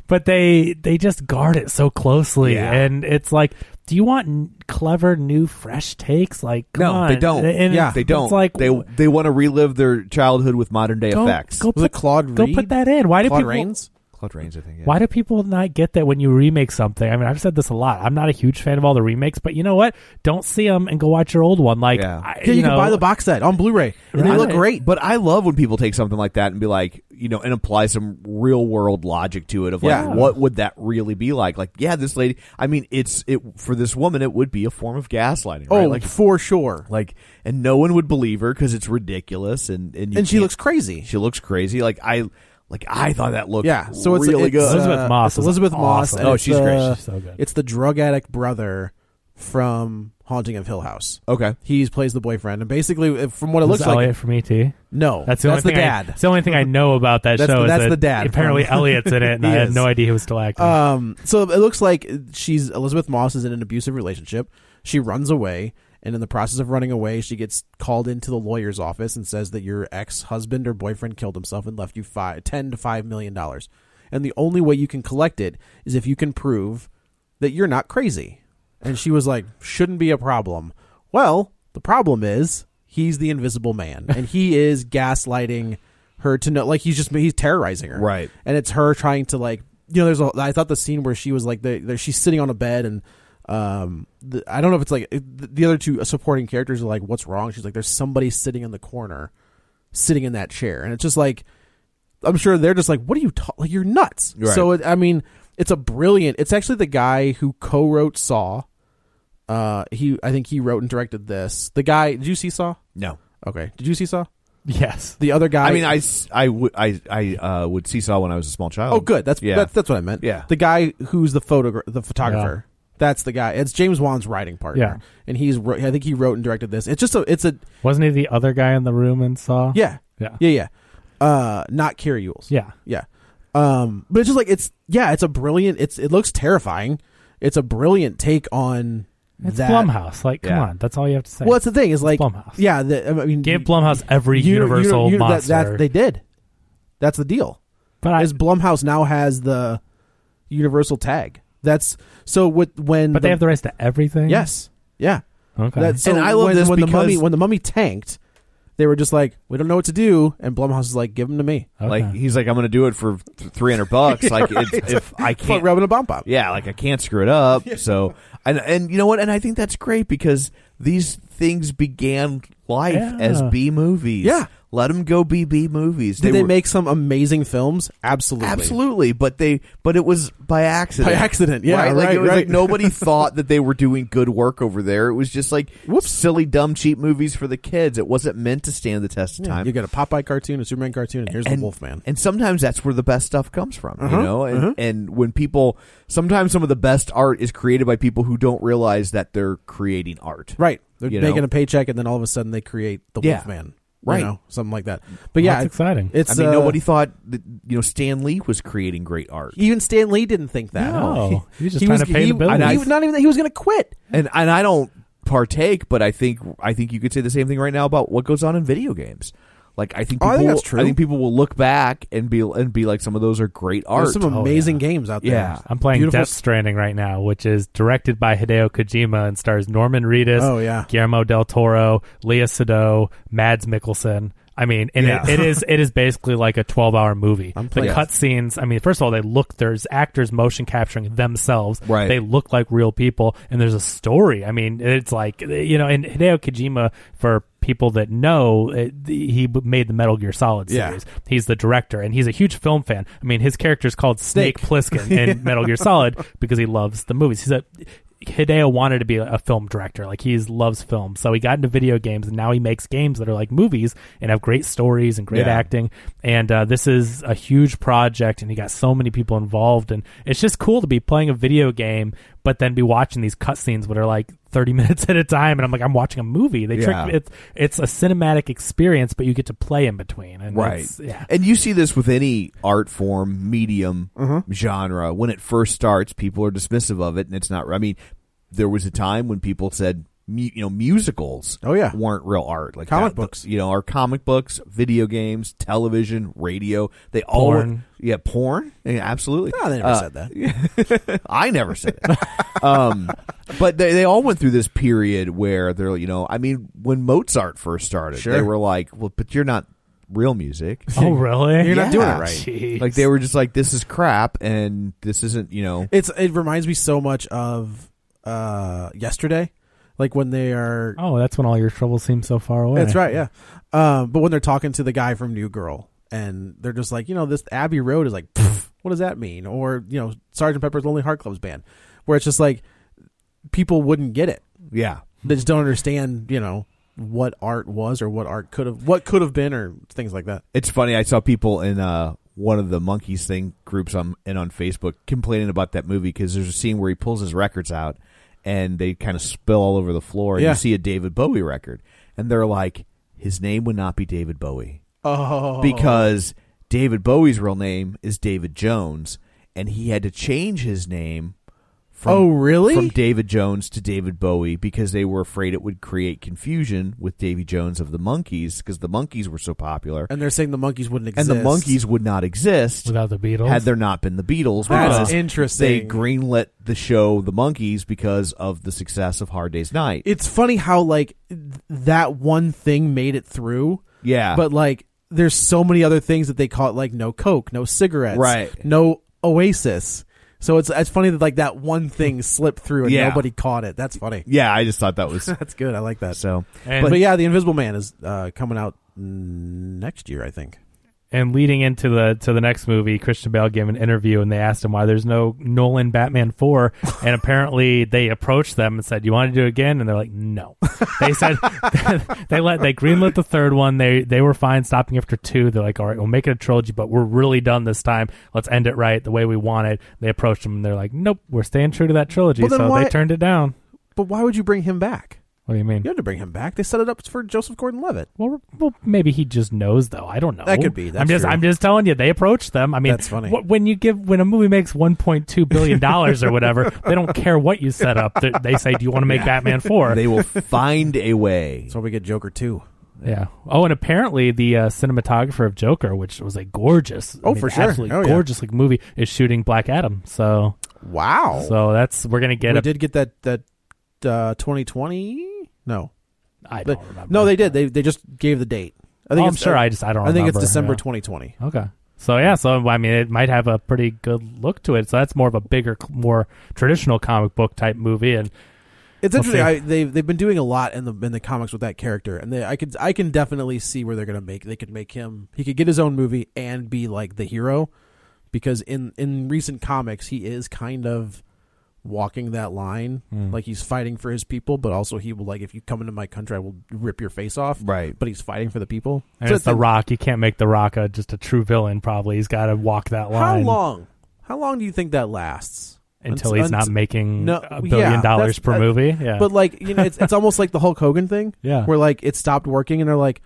[SPEAKER 3] But they they just guard it so closely, and it's like, do you want n- clever, new, fresh takes? Like, come
[SPEAKER 1] no
[SPEAKER 3] on.
[SPEAKER 1] they don't
[SPEAKER 3] And
[SPEAKER 2] Yeah.
[SPEAKER 3] it's-
[SPEAKER 1] they don't
[SPEAKER 3] It's like
[SPEAKER 1] they they want to relive their childhood with modern day
[SPEAKER 3] go,
[SPEAKER 1] effects
[SPEAKER 3] Go
[SPEAKER 2] Was it
[SPEAKER 3] put,
[SPEAKER 2] Claude
[SPEAKER 3] go
[SPEAKER 2] Reed?
[SPEAKER 3] put that in. Why do
[SPEAKER 2] Claude
[SPEAKER 3] people?
[SPEAKER 2] Rains?
[SPEAKER 1] Claude Rains I think yeah.
[SPEAKER 3] Why do people not get that when you remake something? I mean, I've said this a lot. I'm not a huge fan of all the remakes, but you know what? Don't see them and go watch your old one. Like,
[SPEAKER 1] Yeah.
[SPEAKER 3] I-
[SPEAKER 2] Yeah, you,
[SPEAKER 3] know,
[SPEAKER 2] can buy the box set on Blu-ray. And they
[SPEAKER 3] Right.
[SPEAKER 2] look great.
[SPEAKER 1] But I love when people take something like that and be like, you know, and apply some real world logic to it of like,
[SPEAKER 2] Yeah.
[SPEAKER 1] what would that really be like? Like, yeah, this lady. I mean, it's it for this woman, it would be a form of gaslighting.
[SPEAKER 2] Oh,
[SPEAKER 1] Right? like,
[SPEAKER 2] for sure.
[SPEAKER 1] like, and no one would believe her because it's ridiculous, and and, you
[SPEAKER 2] And she
[SPEAKER 1] can't-
[SPEAKER 2] looks crazy.
[SPEAKER 1] she looks crazy. Like I, like I thought that looked
[SPEAKER 2] Yeah, so it's
[SPEAKER 1] really
[SPEAKER 2] it's,
[SPEAKER 1] good.
[SPEAKER 3] Elizabeth
[SPEAKER 2] uh,
[SPEAKER 3] Moss
[SPEAKER 2] it's
[SPEAKER 3] is
[SPEAKER 2] Elizabeth Moss.
[SPEAKER 3] awesome.
[SPEAKER 2] and
[SPEAKER 1] Oh,
[SPEAKER 2] it's
[SPEAKER 1] she's
[SPEAKER 2] the-
[SPEAKER 1] great.
[SPEAKER 3] She's so good.
[SPEAKER 2] It's the drug addict brother from Haunting of Hill House.
[SPEAKER 1] okay,
[SPEAKER 2] He plays the boyfriend, and basically, if- from what it
[SPEAKER 3] Was
[SPEAKER 2] looks
[SPEAKER 3] Elliot
[SPEAKER 2] like,
[SPEAKER 3] from ET.
[SPEAKER 2] no,
[SPEAKER 3] That's the only thing. I,
[SPEAKER 2] dad.
[SPEAKER 3] that's the only thing I know about that
[SPEAKER 2] That's
[SPEAKER 3] show.
[SPEAKER 2] the-
[SPEAKER 3] is
[SPEAKER 2] that's
[SPEAKER 3] that
[SPEAKER 2] the dad.
[SPEAKER 3] Apparently, Elliot's in it, and
[SPEAKER 2] He
[SPEAKER 3] I had
[SPEAKER 2] is.
[SPEAKER 3] no idea he was still acting.
[SPEAKER 2] Um, so it looks like she's Elizabeth Moss is in an abusive relationship. She runs away, and in the process of running away, she gets called into the lawyer's office and says that your ex husband or boyfriend killed himself and left you five, ten to five million dollars, and the only way you can collect it is if you can prove that you're not crazy. And she was like, "Shouldn't be a problem." Well, the problem is he's the Invisible Man, and he is gaslighting her to know, like he's just he's terrorizing her,
[SPEAKER 1] Right.
[SPEAKER 2] and it's her trying to like you know there's a i thought the scene where she was like the, the she's sitting on a bed and um the, i don't know if it's like it- the other two supporting characters are like what's wrong she's like there's somebody sitting in the corner sitting in that chair and it's just like i'm sure they're just like what are you ta- like you're nuts
[SPEAKER 1] Right.
[SPEAKER 2] so it, i mean it's a brilliant it's actually the guy who co-wrote saw uh he i think he wrote and directed this the guy did you see saw
[SPEAKER 1] no.
[SPEAKER 2] okay did you see saw
[SPEAKER 3] yes.
[SPEAKER 2] the other guy
[SPEAKER 1] I, mean, I, s- I, would I, I uh, would see saw when I was a small child.
[SPEAKER 2] Oh,
[SPEAKER 3] Um,
[SPEAKER 2] good. That's
[SPEAKER 1] yeah.
[SPEAKER 2] that's that's what I meant.
[SPEAKER 1] Yeah.
[SPEAKER 2] the guy who's the photogra- the photographer. That's the guy. It's James Wan's writing partner.
[SPEAKER 3] Yeah.
[SPEAKER 2] and he's wr- I think he wrote and directed this. It's just a it's a
[SPEAKER 3] Wasn't he the other guy in the room and saw?
[SPEAKER 2] yeah
[SPEAKER 3] Yeah.
[SPEAKER 2] yeah yeah uh not Carrie Ewells
[SPEAKER 3] Yeah.
[SPEAKER 2] yeah um but it's just like it's yeah it's a brilliant it's it looks terrifying. It's a brilliant take on
[SPEAKER 3] It's
[SPEAKER 2] that.
[SPEAKER 3] Blumhouse. Like, come
[SPEAKER 1] Yeah.
[SPEAKER 3] on. That's all you have to say.
[SPEAKER 2] Well, that's the thing is like
[SPEAKER 3] Blumhouse.
[SPEAKER 2] yeah. The, I mean,
[SPEAKER 3] Give Blumhouse every
[SPEAKER 2] uni-
[SPEAKER 3] Universal
[SPEAKER 2] uni- uni- that-
[SPEAKER 3] monster.
[SPEAKER 2] that- they did. That's the deal.
[SPEAKER 3] but I,
[SPEAKER 2] is Blumhouse now has the Universal tag. That's so with when
[SPEAKER 3] but
[SPEAKER 2] the-
[SPEAKER 3] they have the rights to everything.
[SPEAKER 2] Yes. Yeah.
[SPEAKER 3] Okay.
[SPEAKER 2] That- so
[SPEAKER 1] And I love
[SPEAKER 2] when,
[SPEAKER 1] this
[SPEAKER 2] when the mummy
[SPEAKER 1] because-
[SPEAKER 2] when the mummy tanked, they were just like, we don't know what to do, and Blumhouse is like, give them to me.
[SPEAKER 3] Okay.
[SPEAKER 1] Like he's like, I'm gonna do it for three hundred bucks. like it's, if I
[SPEAKER 2] Fuck
[SPEAKER 1] can't,
[SPEAKER 2] rubbing a bomb pop.
[SPEAKER 1] yeah, like I can't screw it up. So and and you know what? And I think that's great because these things began life
[SPEAKER 3] Yeah.
[SPEAKER 1] as B movies.
[SPEAKER 2] Yeah.
[SPEAKER 1] let them go be B movies.
[SPEAKER 2] Did they,
[SPEAKER 1] were-
[SPEAKER 2] make some amazing films? Absolutely.
[SPEAKER 1] Absolutely, but they but it was by accident.
[SPEAKER 2] By accident, yeah,
[SPEAKER 1] Like
[SPEAKER 2] right,
[SPEAKER 1] it was like
[SPEAKER 2] right.
[SPEAKER 1] nobody thought that they were doing good work over there. It was just like
[SPEAKER 2] Whoops.
[SPEAKER 1] silly, dumb, cheap movies for the kids. It wasn't meant to stand the test of
[SPEAKER 2] Yeah,
[SPEAKER 1] time.
[SPEAKER 2] You got a Popeye cartoon, a Superman cartoon, and here's
[SPEAKER 1] and,
[SPEAKER 2] the Wolfman.
[SPEAKER 1] and sometimes that's where the best stuff comes from,
[SPEAKER 2] Uh-huh,
[SPEAKER 1] you know. And,
[SPEAKER 2] uh-huh.
[SPEAKER 1] and when people, sometimes some of the best art is created by people who don't realize that they're creating art.
[SPEAKER 2] Right. They're
[SPEAKER 1] You
[SPEAKER 2] making
[SPEAKER 1] know?
[SPEAKER 2] a paycheck, and then all of a sudden they create the
[SPEAKER 1] Yeah.
[SPEAKER 2] Wolfman.
[SPEAKER 1] Right.
[SPEAKER 2] You know, something like that. But yeah,
[SPEAKER 3] that's
[SPEAKER 2] it-
[SPEAKER 3] exciting.
[SPEAKER 2] It's
[SPEAKER 1] I mean,
[SPEAKER 2] uh,
[SPEAKER 1] nobody thought that you know Stan Lee was creating great art.
[SPEAKER 2] Even Stan Lee didn't think that.
[SPEAKER 3] No. He was just trying to pay
[SPEAKER 2] he-
[SPEAKER 3] the bills.
[SPEAKER 2] and
[SPEAKER 1] I-
[SPEAKER 2] he- not even that he was going to quit.
[SPEAKER 1] and and I don't partake, but I think I think you could say the same thing right now about what goes on in video games. Like I think
[SPEAKER 2] Oh, I
[SPEAKER 1] people,
[SPEAKER 2] think that's true.
[SPEAKER 1] I think people will look back and be and be like, some of those are great art.
[SPEAKER 3] Oh,
[SPEAKER 2] There's some amazing games out there.
[SPEAKER 1] Yeah.
[SPEAKER 3] I'm playing
[SPEAKER 2] Beautiful
[SPEAKER 3] Death
[SPEAKER 2] s-
[SPEAKER 3] Stranding right now, which is directed by Hideo Kojima and stars Norman Reedus,
[SPEAKER 2] Oh, yeah.
[SPEAKER 3] Guillermo del Toro, Leah Sado, Mads Mikkelsen. I mean, and
[SPEAKER 2] Yeah.
[SPEAKER 3] it, it is it is basically like a 12 hour movie.
[SPEAKER 2] I'm
[SPEAKER 3] the
[SPEAKER 2] playing-
[SPEAKER 3] cutscenes. I mean, first of all, they look there's actors motion capturing themselves.
[SPEAKER 1] Right.
[SPEAKER 3] They look like real people, and there's a story. I mean, it's like you know, and Hideo Kojima for people that know it, he made the Metal Gear Solid
[SPEAKER 2] Yeah.
[SPEAKER 3] series. He's the director, and he's a huge film fan. I mean, his character is called Snake,
[SPEAKER 2] Snake.
[SPEAKER 3] Plissken in Metal Gear Solid because he loves the movies. He's a Hideo wanted to be a film director. Like he loves film, so he got into video games, and now he makes games that are like movies and have great stories and great
[SPEAKER 1] Yeah.
[SPEAKER 3] acting. And uh, this is a huge project, and he got so many people involved, and it's just cool to be playing a video game, but then be watching these cutscenes that are like thirty minutes at a time, and I'm like, I'm watching a movie. They
[SPEAKER 1] Yeah.
[SPEAKER 3] trick it's it's a cinematic experience, but you get to play in between, and
[SPEAKER 1] right.
[SPEAKER 3] it's- Yeah.
[SPEAKER 1] And you see this with any art form, medium,
[SPEAKER 2] Mm-hmm.
[SPEAKER 1] genre. When it first starts, people are dismissive of it, and it's not. I mean, there was a time when people said. mu- You know, musicals.
[SPEAKER 2] Oh, yeah.
[SPEAKER 1] weren't real art like
[SPEAKER 2] Comic
[SPEAKER 1] that-
[SPEAKER 2] books.
[SPEAKER 1] You know, our comic books, video games, television, radio. They all,
[SPEAKER 3] Porn.
[SPEAKER 1] yeah, porn. Yeah, absolutely.
[SPEAKER 2] No, they never
[SPEAKER 1] Uh,
[SPEAKER 2] said that.
[SPEAKER 1] I never said it. um, but they, they all went through this period where they're, you know, I mean, when Mozart first started,
[SPEAKER 2] Sure.
[SPEAKER 1] they were like, well, but you're not real music.
[SPEAKER 3] Oh really?
[SPEAKER 2] You're not doing it
[SPEAKER 1] Yeah.
[SPEAKER 2] right.
[SPEAKER 3] Jeez.
[SPEAKER 1] Like they were just like, this is crap, and this isn't, you know,
[SPEAKER 2] It's it reminds me so much of uh, yesterday, like when they are.
[SPEAKER 3] Oh, that's when all your troubles seem so far away.
[SPEAKER 2] That's right, yeah. Um, but when they're talking to the guy from New Girl, and they're just like, you know, this Abbey Road is like, "Pff, what does that mean? Or you know, Sergeant Pepper's Lonely Heart Club's band, where it's just like people wouldn't get it.
[SPEAKER 1] yeah.
[SPEAKER 2] They just don't understand, you know, what art was or what art could have, what could have been, or things like that.
[SPEAKER 1] It's funny. I saw people in uh, one of the monkeys thing groups I'm in on Facebook complaining about that movie because there's a scene where he pulls his records out and they kind of spill all over the floor. And
[SPEAKER 2] Yeah.
[SPEAKER 1] You see a David Bowie record, and they're like, his name would not be David Bowie
[SPEAKER 2] Oh,
[SPEAKER 1] because David Bowie's real name is David Jones, and he had to change his name. From,
[SPEAKER 2] Oh, really?
[SPEAKER 1] From David Jones to David Bowie because they were afraid it would create confusion with Davy Jones of the Monkees because the Monkees were so popular
[SPEAKER 2] and they're saying the monkeys wouldn't
[SPEAKER 1] and
[SPEAKER 2] exist,
[SPEAKER 1] the monkeys would not exist
[SPEAKER 3] Without the Beatles.
[SPEAKER 1] had there not been the Beatles.
[SPEAKER 2] That's
[SPEAKER 1] because They
[SPEAKER 2] interesting.
[SPEAKER 1] greenlit the show The Monkeys because of the success of Hard Day's Night.
[SPEAKER 2] It's funny how like th- that one thing made it through.
[SPEAKER 1] yeah,
[SPEAKER 2] but like there's so many other things that they caught like no coke no cigarettes
[SPEAKER 1] Right.
[SPEAKER 2] no oasis so it's it's funny that like that one thing slipped through and
[SPEAKER 1] Yeah.
[SPEAKER 2] nobody caught it that's funny
[SPEAKER 1] yeah, I just thought that was
[SPEAKER 2] that's good i like that
[SPEAKER 1] so.
[SPEAKER 3] and,
[SPEAKER 2] but, yeah the invisible man is uh, coming out next year i think
[SPEAKER 3] and leading into the to the next movie, Christian Bale gave an interview and they asked him why there's no Nolan Batman four, and apparently they approached them and said, "You want to do it again?" And they're like, "No." They said they let they greenlit the third one. They they were fine stopping after two. They're like, "All right, we'll make it a trilogy, but we're really done this time. Let's end it right the way we want it." They approached them and they're like, "Nope, we're staying true to that trilogy."
[SPEAKER 2] Well, then
[SPEAKER 3] so
[SPEAKER 2] why-
[SPEAKER 3] they turned it down.
[SPEAKER 2] but why would you bring him back
[SPEAKER 3] What do you mean?
[SPEAKER 2] you had to bring him back they set it up for joseph gordon-levitt
[SPEAKER 3] Well, well, maybe he just knows though. I don't know.
[SPEAKER 2] That could be. That's
[SPEAKER 3] I'm just,
[SPEAKER 2] true.
[SPEAKER 3] I'm just telling you. They approach them. I mean,
[SPEAKER 2] That's funny.
[SPEAKER 3] wh- when you give, when a movie makes 1.2 billion dollars or whatever, they don't care what you set up. They, they say, "Do you want to make Batman 4?
[SPEAKER 1] They will find a way.
[SPEAKER 2] that's why we get joker 2
[SPEAKER 3] yeah. Oh, and apparently the uh, cinematographer of Joker, which was a gorgeous, I
[SPEAKER 2] Oh,
[SPEAKER 3] mean,
[SPEAKER 2] for sure.
[SPEAKER 3] absolutely
[SPEAKER 2] Oh, yeah.
[SPEAKER 3] gorgeous like movie, is shooting Black Adam. So,
[SPEAKER 2] wow
[SPEAKER 3] so that's we're gonna get
[SPEAKER 2] Oh. we
[SPEAKER 3] a
[SPEAKER 2] did get that that uh, 2020 No,
[SPEAKER 3] I
[SPEAKER 2] but
[SPEAKER 3] don't remember.
[SPEAKER 2] no, they did. They they just gave the date. I think
[SPEAKER 3] Oh, I'm
[SPEAKER 2] it's- uh,
[SPEAKER 3] sure. I just I don't.
[SPEAKER 2] I think it's
[SPEAKER 3] remember,
[SPEAKER 2] December
[SPEAKER 3] yeah.
[SPEAKER 2] 2020.
[SPEAKER 3] Okay. So yeah, so I mean, it might have a pretty good look to it. So that's more of a bigger, more traditional comic book type movie, and
[SPEAKER 2] It's
[SPEAKER 3] We'll
[SPEAKER 2] interesting.
[SPEAKER 3] see.
[SPEAKER 2] I, they've they've been doing a lot in the in the comics with that character, and they, I could I can definitely see where they're gonna make they could make him he could get his own movie and be like the hero, because in in recent comics he is kind of walking that line,
[SPEAKER 3] Hmm.
[SPEAKER 2] like he's fighting for his people, but also he will like if you come into my country I will rip your face off,
[SPEAKER 1] Right.
[SPEAKER 2] But he's fighting for the people.
[SPEAKER 3] and
[SPEAKER 2] So
[SPEAKER 3] it's the Rock. You can't make the Rock a, just a true villain. Probably he's got to walk that
[SPEAKER 2] How
[SPEAKER 3] line
[SPEAKER 2] long? How long do you think that lasts?
[SPEAKER 3] until he's not
[SPEAKER 2] Unt-
[SPEAKER 3] making
[SPEAKER 2] No,
[SPEAKER 3] a billion
[SPEAKER 2] yeah,
[SPEAKER 3] dollars
[SPEAKER 2] that's-
[SPEAKER 3] per
[SPEAKER 2] that-
[SPEAKER 3] movie. Yeah,
[SPEAKER 2] But like you know, it's it's almost like the Hulk Hogan thing.
[SPEAKER 3] Yeah.
[SPEAKER 2] where like it stopped working, and they're like,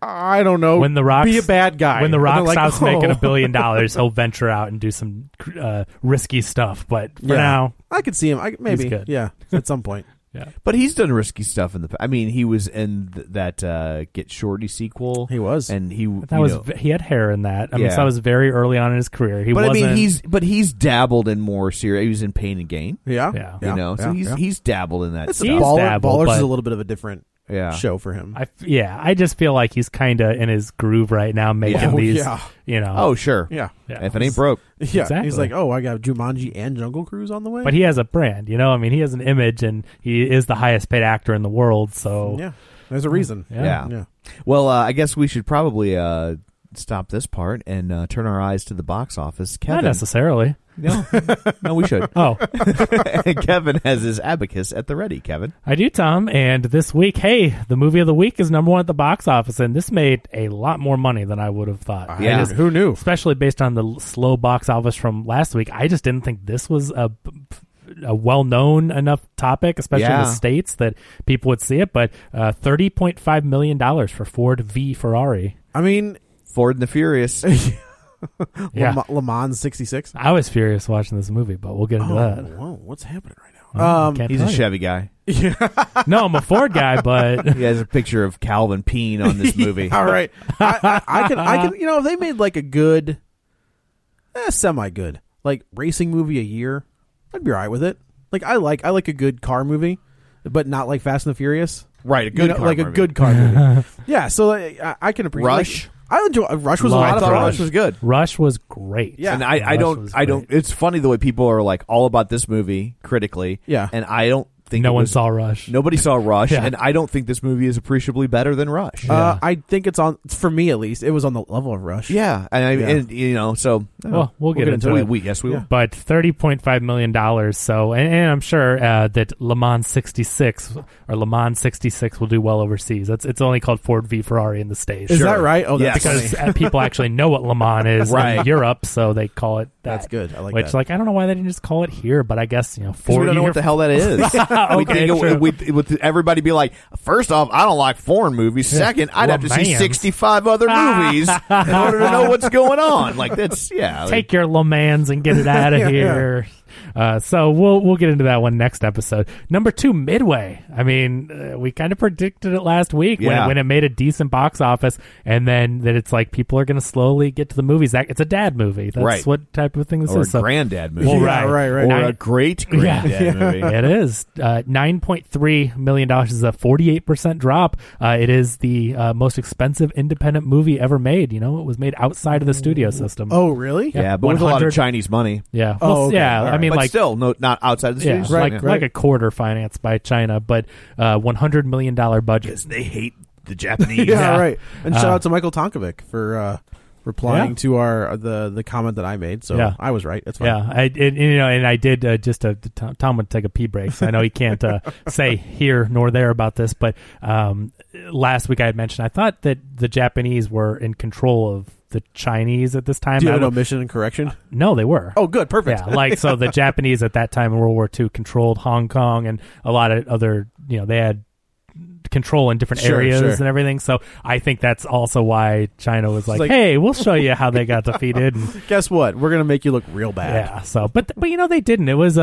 [SPEAKER 2] I don't know,
[SPEAKER 3] when the Rock
[SPEAKER 2] "Oh, be a bad guy.
[SPEAKER 3] when the
[SPEAKER 2] And
[SPEAKER 3] Rock
[SPEAKER 2] they're like,
[SPEAKER 3] stops
[SPEAKER 2] "Oh."
[SPEAKER 3] making a billion dollars, he'll venture out and do some uh, risky stuff. But for
[SPEAKER 2] Yeah.
[SPEAKER 3] now,
[SPEAKER 2] I could see him. I, maybe,
[SPEAKER 3] He's good.
[SPEAKER 2] yeah, at some point.
[SPEAKER 3] yeah,
[SPEAKER 1] But he's done risky stuff in the. pa- I mean, he was in th- that uh, Get Shorty sequel.
[SPEAKER 2] He was.
[SPEAKER 1] and he
[SPEAKER 3] that
[SPEAKER 1] you
[SPEAKER 3] was
[SPEAKER 1] know-
[SPEAKER 3] v he had hair in that. I mean, so
[SPEAKER 1] Yeah.
[SPEAKER 3] that was very early on in his career. He
[SPEAKER 1] but I
[SPEAKER 3] wasn't.
[SPEAKER 1] mean, he's but he's dabbled in more serious. He was in Pain and Gain.
[SPEAKER 2] Yeah,
[SPEAKER 3] Yeah.
[SPEAKER 1] You know, so
[SPEAKER 2] yeah,
[SPEAKER 1] he's
[SPEAKER 2] yeah.
[SPEAKER 1] he's dabbled in that.
[SPEAKER 2] It's a
[SPEAKER 1] stuff.
[SPEAKER 3] he's
[SPEAKER 2] baller.
[SPEAKER 3] dabbled,
[SPEAKER 2] Ballers
[SPEAKER 3] but-
[SPEAKER 2] is a little bit of a different
[SPEAKER 1] Yeah.
[SPEAKER 2] show for him.
[SPEAKER 3] I f yeah, I just feel like he's kind of in his groove right now, making
[SPEAKER 2] Yeah. Oh,
[SPEAKER 3] these.
[SPEAKER 2] yeah.
[SPEAKER 3] You know.
[SPEAKER 1] Oh sure.
[SPEAKER 2] yeah,
[SPEAKER 3] Yeah.
[SPEAKER 1] If it ain't broke,
[SPEAKER 2] yeah.
[SPEAKER 3] Exactly.
[SPEAKER 2] He's like, oh, I got Jumanji and Jungle Cruise on the way.
[SPEAKER 3] But he has a brand, you know. I mean, he has an image, and he is the highest paid actor in the world. So
[SPEAKER 2] yeah, there's a reason.
[SPEAKER 1] yeah.
[SPEAKER 2] yeah.
[SPEAKER 1] Well, uh, I guess we should probably uh, stop this part and uh, turn our eyes to the box office.
[SPEAKER 3] not
[SPEAKER 1] Kevin,
[SPEAKER 3] necessarily.
[SPEAKER 1] no, no, we should.
[SPEAKER 3] Oh,
[SPEAKER 1] Kevin has his abacus at the ready. Kevin,
[SPEAKER 3] I do, Tom. And this week, hey, the movie of the week is number one at the box office, and this made a lot more money than I would have thought. I
[SPEAKER 1] Yeah.
[SPEAKER 3] just-
[SPEAKER 2] Who knew?
[SPEAKER 3] especially based on the l- slow box office from last week. I just didn't think this was a a well-known enough topic, especially in
[SPEAKER 1] Yeah.
[SPEAKER 3] the states, that people would see it. But uh, thirty point five million dollars for Ford v Ferrari.
[SPEAKER 2] I mean,
[SPEAKER 1] Ford and the Furious.
[SPEAKER 3] Yeah.
[SPEAKER 2] Le, Le Mans '66.
[SPEAKER 3] I was furious watching this movie, but we'll get into
[SPEAKER 1] Oh.
[SPEAKER 3] that.
[SPEAKER 2] whoa, what's happening right now?
[SPEAKER 3] I
[SPEAKER 2] um,
[SPEAKER 3] can't
[SPEAKER 1] He's a
[SPEAKER 3] tell you.
[SPEAKER 1] Chevy guy.
[SPEAKER 3] No, I'm a Ford guy, but
[SPEAKER 1] He has a picture of Calvin peeing on this movie.
[SPEAKER 2] All right, I, I, I can, I can. You know, if they made like a good, eh, semi good, like racing movie a year, I'd be all right with it. Like I like, I like a good car movie, but not like Fast and the Furious.
[SPEAKER 1] Right, a
[SPEAKER 2] You
[SPEAKER 1] good
[SPEAKER 2] know,
[SPEAKER 1] car
[SPEAKER 2] like a
[SPEAKER 1] movie.
[SPEAKER 2] good car movie. yeah, so like, I, I can appreciate
[SPEAKER 1] Rush?
[SPEAKER 2] Like, I enjoy uh, Rush was a
[SPEAKER 3] Love
[SPEAKER 2] lot
[SPEAKER 1] I
[SPEAKER 2] of
[SPEAKER 1] thought
[SPEAKER 2] fun.
[SPEAKER 1] Rush was good.
[SPEAKER 3] Rush was great.
[SPEAKER 2] Yeah.
[SPEAKER 1] And I, I
[SPEAKER 3] Rush
[SPEAKER 1] don't
[SPEAKER 3] was
[SPEAKER 1] I don't
[SPEAKER 3] great.
[SPEAKER 1] it's funny the way people are like all about this movie critically.
[SPEAKER 2] Yeah.
[SPEAKER 1] And I don't think
[SPEAKER 3] No
[SPEAKER 1] it
[SPEAKER 3] one
[SPEAKER 1] was-
[SPEAKER 3] saw Rush.
[SPEAKER 1] nobody saw Rush
[SPEAKER 3] Yeah.
[SPEAKER 1] and I don't think this movie is appreciably better than Rush.
[SPEAKER 2] Uh, I think it's on for me at least. It was on the level of Rush.
[SPEAKER 1] yeah. And I
[SPEAKER 2] Yeah.
[SPEAKER 1] and you know, so I don't
[SPEAKER 3] Well,
[SPEAKER 1] know.
[SPEAKER 3] we'll get into
[SPEAKER 1] we,
[SPEAKER 3] it.
[SPEAKER 1] We, yes we will.
[SPEAKER 3] but thirty point five million dollars. So, and, and I'm sure uh, that Le Mans sixty six or Le Mans sixty six will do well overseas. That's it's only called Ford v Ferrari in the states.
[SPEAKER 2] is that right? Oh,
[SPEAKER 1] Yes.
[SPEAKER 2] that's funny.
[SPEAKER 3] Because uh, people actually know what Le Mans is
[SPEAKER 1] Right.
[SPEAKER 3] in Europe, so they call it that.
[SPEAKER 2] That's good. I like
[SPEAKER 3] Which,
[SPEAKER 2] that.
[SPEAKER 3] like, I don't know why they didn't just call it here, but I guess you know,
[SPEAKER 1] 'Cause
[SPEAKER 3] Ford.
[SPEAKER 1] we don't know
[SPEAKER 3] you
[SPEAKER 1] what the
[SPEAKER 3] hear-
[SPEAKER 1] hell that is. we
[SPEAKER 3] Okay,
[SPEAKER 1] think
[SPEAKER 3] true.
[SPEAKER 1] it, we, with everybody be like, first off, I don't like foreign movies. Second, I'd
[SPEAKER 3] Well,
[SPEAKER 1] have to see
[SPEAKER 3] man.
[SPEAKER 1] sixty five other movies in order to know what's going on. Like that's yeah.
[SPEAKER 2] Oh,
[SPEAKER 3] Take your Le Mans and get it out of here. Uh, so we'll we'll get into that one next episode. Number two, Midway. I mean, uh, we kind of predicted it last week when,
[SPEAKER 1] Yeah.
[SPEAKER 3] it, when it made a decent box office, and then that it's like people are going to slowly get to the movies. That it's a dad movie. That's
[SPEAKER 1] Right.
[SPEAKER 3] what type of thing this
[SPEAKER 1] or a
[SPEAKER 3] is. So-
[SPEAKER 1] granddad movie.
[SPEAKER 3] Well,
[SPEAKER 2] Yeah, right, right.
[SPEAKER 1] Or
[SPEAKER 3] Nine-
[SPEAKER 1] a great granddad movie.
[SPEAKER 3] it is uh, nine point three million dollars is a forty eight percent drop. Uh, it is the uh, most expensive independent movie ever made. You know, it was made outside of the studio system.
[SPEAKER 2] oh, really?
[SPEAKER 1] Yeah, but with a lot of
[SPEAKER 3] 100
[SPEAKER 1] Chinese money.
[SPEAKER 3] yeah,
[SPEAKER 2] Oh,
[SPEAKER 3] Well,
[SPEAKER 2] okay.
[SPEAKER 3] yeah.
[SPEAKER 2] All
[SPEAKER 3] I
[SPEAKER 2] right.
[SPEAKER 3] mean,
[SPEAKER 1] but
[SPEAKER 3] like
[SPEAKER 1] still, no, not outside of the
[SPEAKER 3] yeah,
[SPEAKER 1] studios.
[SPEAKER 3] like
[SPEAKER 1] Yeah.
[SPEAKER 3] like a quarter financed by China, but uh, one hundred million dollar budget.
[SPEAKER 1] they hate the Japanese.
[SPEAKER 2] Yeah,
[SPEAKER 3] Yeah.
[SPEAKER 2] right. And shout
[SPEAKER 3] Uh,
[SPEAKER 2] out to Michael Tonkovic for uh, replying
[SPEAKER 3] Yeah.
[SPEAKER 2] to our uh, the the comment that I made. So
[SPEAKER 3] Yeah.
[SPEAKER 2] I was right. That's fine.
[SPEAKER 3] Yeah, I and, and, you know, and I did uh, just a Tom, Tom would take a pee break, so I know he can't uh, say here nor there about this. But um, last week I had mentioned I thought that the Japanese were in control of the Chinese at this time.
[SPEAKER 2] Do you
[SPEAKER 3] I
[SPEAKER 2] have an
[SPEAKER 3] don't-
[SPEAKER 2] omission and correction?
[SPEAKER 3] no, they were.
[SPEAKER 2] Oh, good, perfect.
[SPEAKER 3] Yeah, like so the Japanese at that time in World War II controlled Hong Kong and a lot of other, you know, they had control in different
[SPEAKER 2] Sure,
[SPEAKER 3] areas
[SPEAKER 2] sure.
[SPEAKER 3] and everything. So I think that's also why China was like,
[SPEAKER 2] like-
[SPEAKER 3] "Hey, we'll show you how they got defeated." And,
[SPEAKER 2] Guess what? We're gonna make you look real bad.
[SPEAKER 3] yeah. So, but but you know they didn't. It was uh,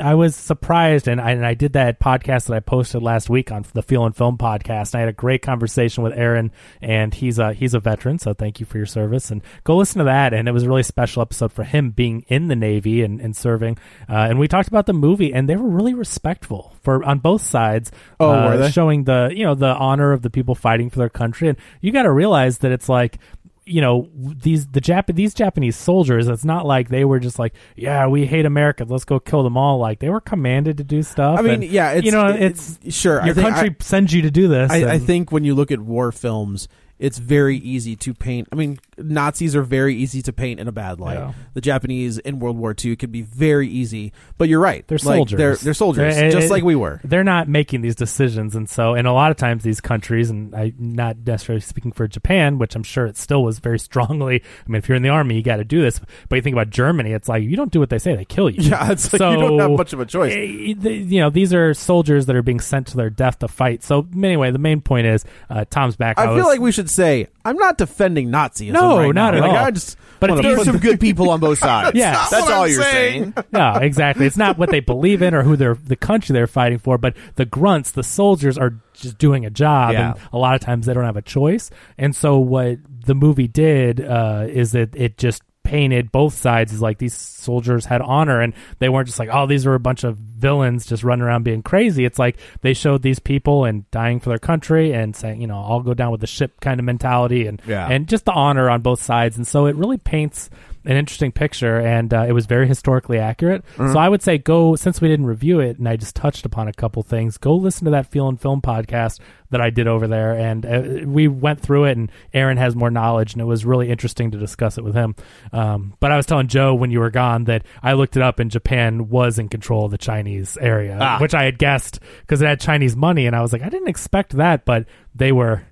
[SPEAKER 3] I, I was surprised, and I, and I did that podcast that I posted last week on the Feel and Film podcast. And I had a great conversation with Aaron, and he's a he's a veteran, so thank you for your service. And go listen to that. And it was a really special episode for him being in the Navy and and serving. Uh, and we talked about the movie, and they were really respectful for on both sides Uh,
[SPEAKER 2] Oh, were they?
[SPEAKER 3] showing the you know the honor of the people fighting for their country and you got to realize that it's like you know these the Jap- these Japanese soldiers it's not like they were just like yeah we hate America let's go kill them all like they were commanded to do stuff
[SPEAKER 2] I mean,
[SPEAKER 3] and,
[SPEAKER 2] yeah, it's,
[SPEAKER 3] you know
[SPEAKER 2] it-
[SPEAKER 3] it's
[SPEAKER 2] sure. I
[SPEAKER 3] your
[SPEAKER 2] think I-
[SPEAKER 3] country sends you to do this
[SPEAKER 2] I, I
[SPEAKER 3] and-
[SPEAKER 2] think when you look at war films, it's very easy to paint. I mean, Nazis are very easy to paint in a bad light.
[SPEAKER 3] Yeah.
[SPEAKER 2] The Japanese in World War II could be very easy, but you're right.
[SPEAKER 3] They're
[SPEAKER 2] Like,
[SPEAKER 3] soldiers.
[SPEAKER 2] They're, they're soldiers,
[SPEAKER 3] They're-
[SPEAKER 2] just
[SPEAKER 3] it-
[SPEAKER 2] like we were.
[SPEAKER 3] They're not making these decisions, and so and a lot of times these countries, and I'm not necessarily speaking for Japan, which I'm sure it still was very strongly. I mean, if you're in the army, you got to do this. But you think about Germany, it's like you don't do what they say, they kill you.
[SPEAKER 2] Yeah, it's like
[SPEAKER 3] so,
[SPEAKER 2] you don't have much of a choice.
[SPEAKER 3] eh, the- You know, these are soldiers that are being sent to their death to fight. So anyway, the main point is uh, Tom's back.
[SPEAKER 2] I feel
[SPEAKER 3] was-
[SPEAKER 2] like we should say I'm not defending Nazism.
[SPEAKER 3] No,
[SPEAKER 2] right
[SPEAKER 3] not
[SPEAKER 2] now.
[SPEAKER 3] at
[SPEAKER 2] Like,
[SPEAKER 3] all.
[SPEAKER 2] I just
[SPEAKER 3] But
[SPEAKER 2] but
[SPEAKER 3] it's
[SPEAKER 2] there's
[SPEAKER 3] easy-
[SPEAKER 2] some good people on both sides.
[SPEAKER 3] Yeah. That's
[SPEAKER 2] that's
[SPEAKER 1] what
[SPEAKER 2] all
[SPEAKER 1] I'm
[SPEAKER 2] you're saying.
[SPEAKER 3] no, exactly. It's not what they believe in or who they're the country they're fighting for, but the grunts, the soldiers are just doing a job,
[SPEAKER 2] Yeah.
[SPEAKER 3] and a lot of times they don't have a choice. And so what the movie did uh, is that it just painted both sides as like these soldiers had honor and they weren't just like oh these were a bunch of villains just running around being crazy it's like they showed these people and dying for their country and saying you know I'll go down with the ship kind of mentality and
[SPEAKER 2] Yeah.
[SPEAKER 3] and just the honor on both sides. And so it really paints an interesting picture, and uh, it was very historically accurate. So I would say go, since we didn't review it, and I just touched upon a couple things, go listen to that Feel and Film podcast that I did over there. And uh, we went through it, and Aaron has more knowledge, and it was really interesting to discuss it with him. Um, but I was telling Joe when you were gone that I looked it up, and Japan was in control of the Chinese area, which I had guessed because it had Chinese money. And I was like, I didn't expect that, but they were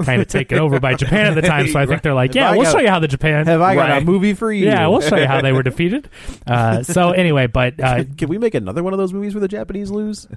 [SPEAKER 3] kind of taken over by Japan at the time. So I think they're like, yeah,
[SPEAKER 2] Have I
[SPEAKER 3] we'll
[SPEAKER 2] got-
[SPEAKER 3] show you how the Japan.
[SPEAKER 2] Have I got
[SPEAKER 3] Right.
[SPEAKER 2] a movie for you?
[SPEAKER 3] Yeah, we'll show you how they were defeated. Uh, so anyway, but uh,
[SPEAKER 2] Can we make another one of those movies where the Japanese lose?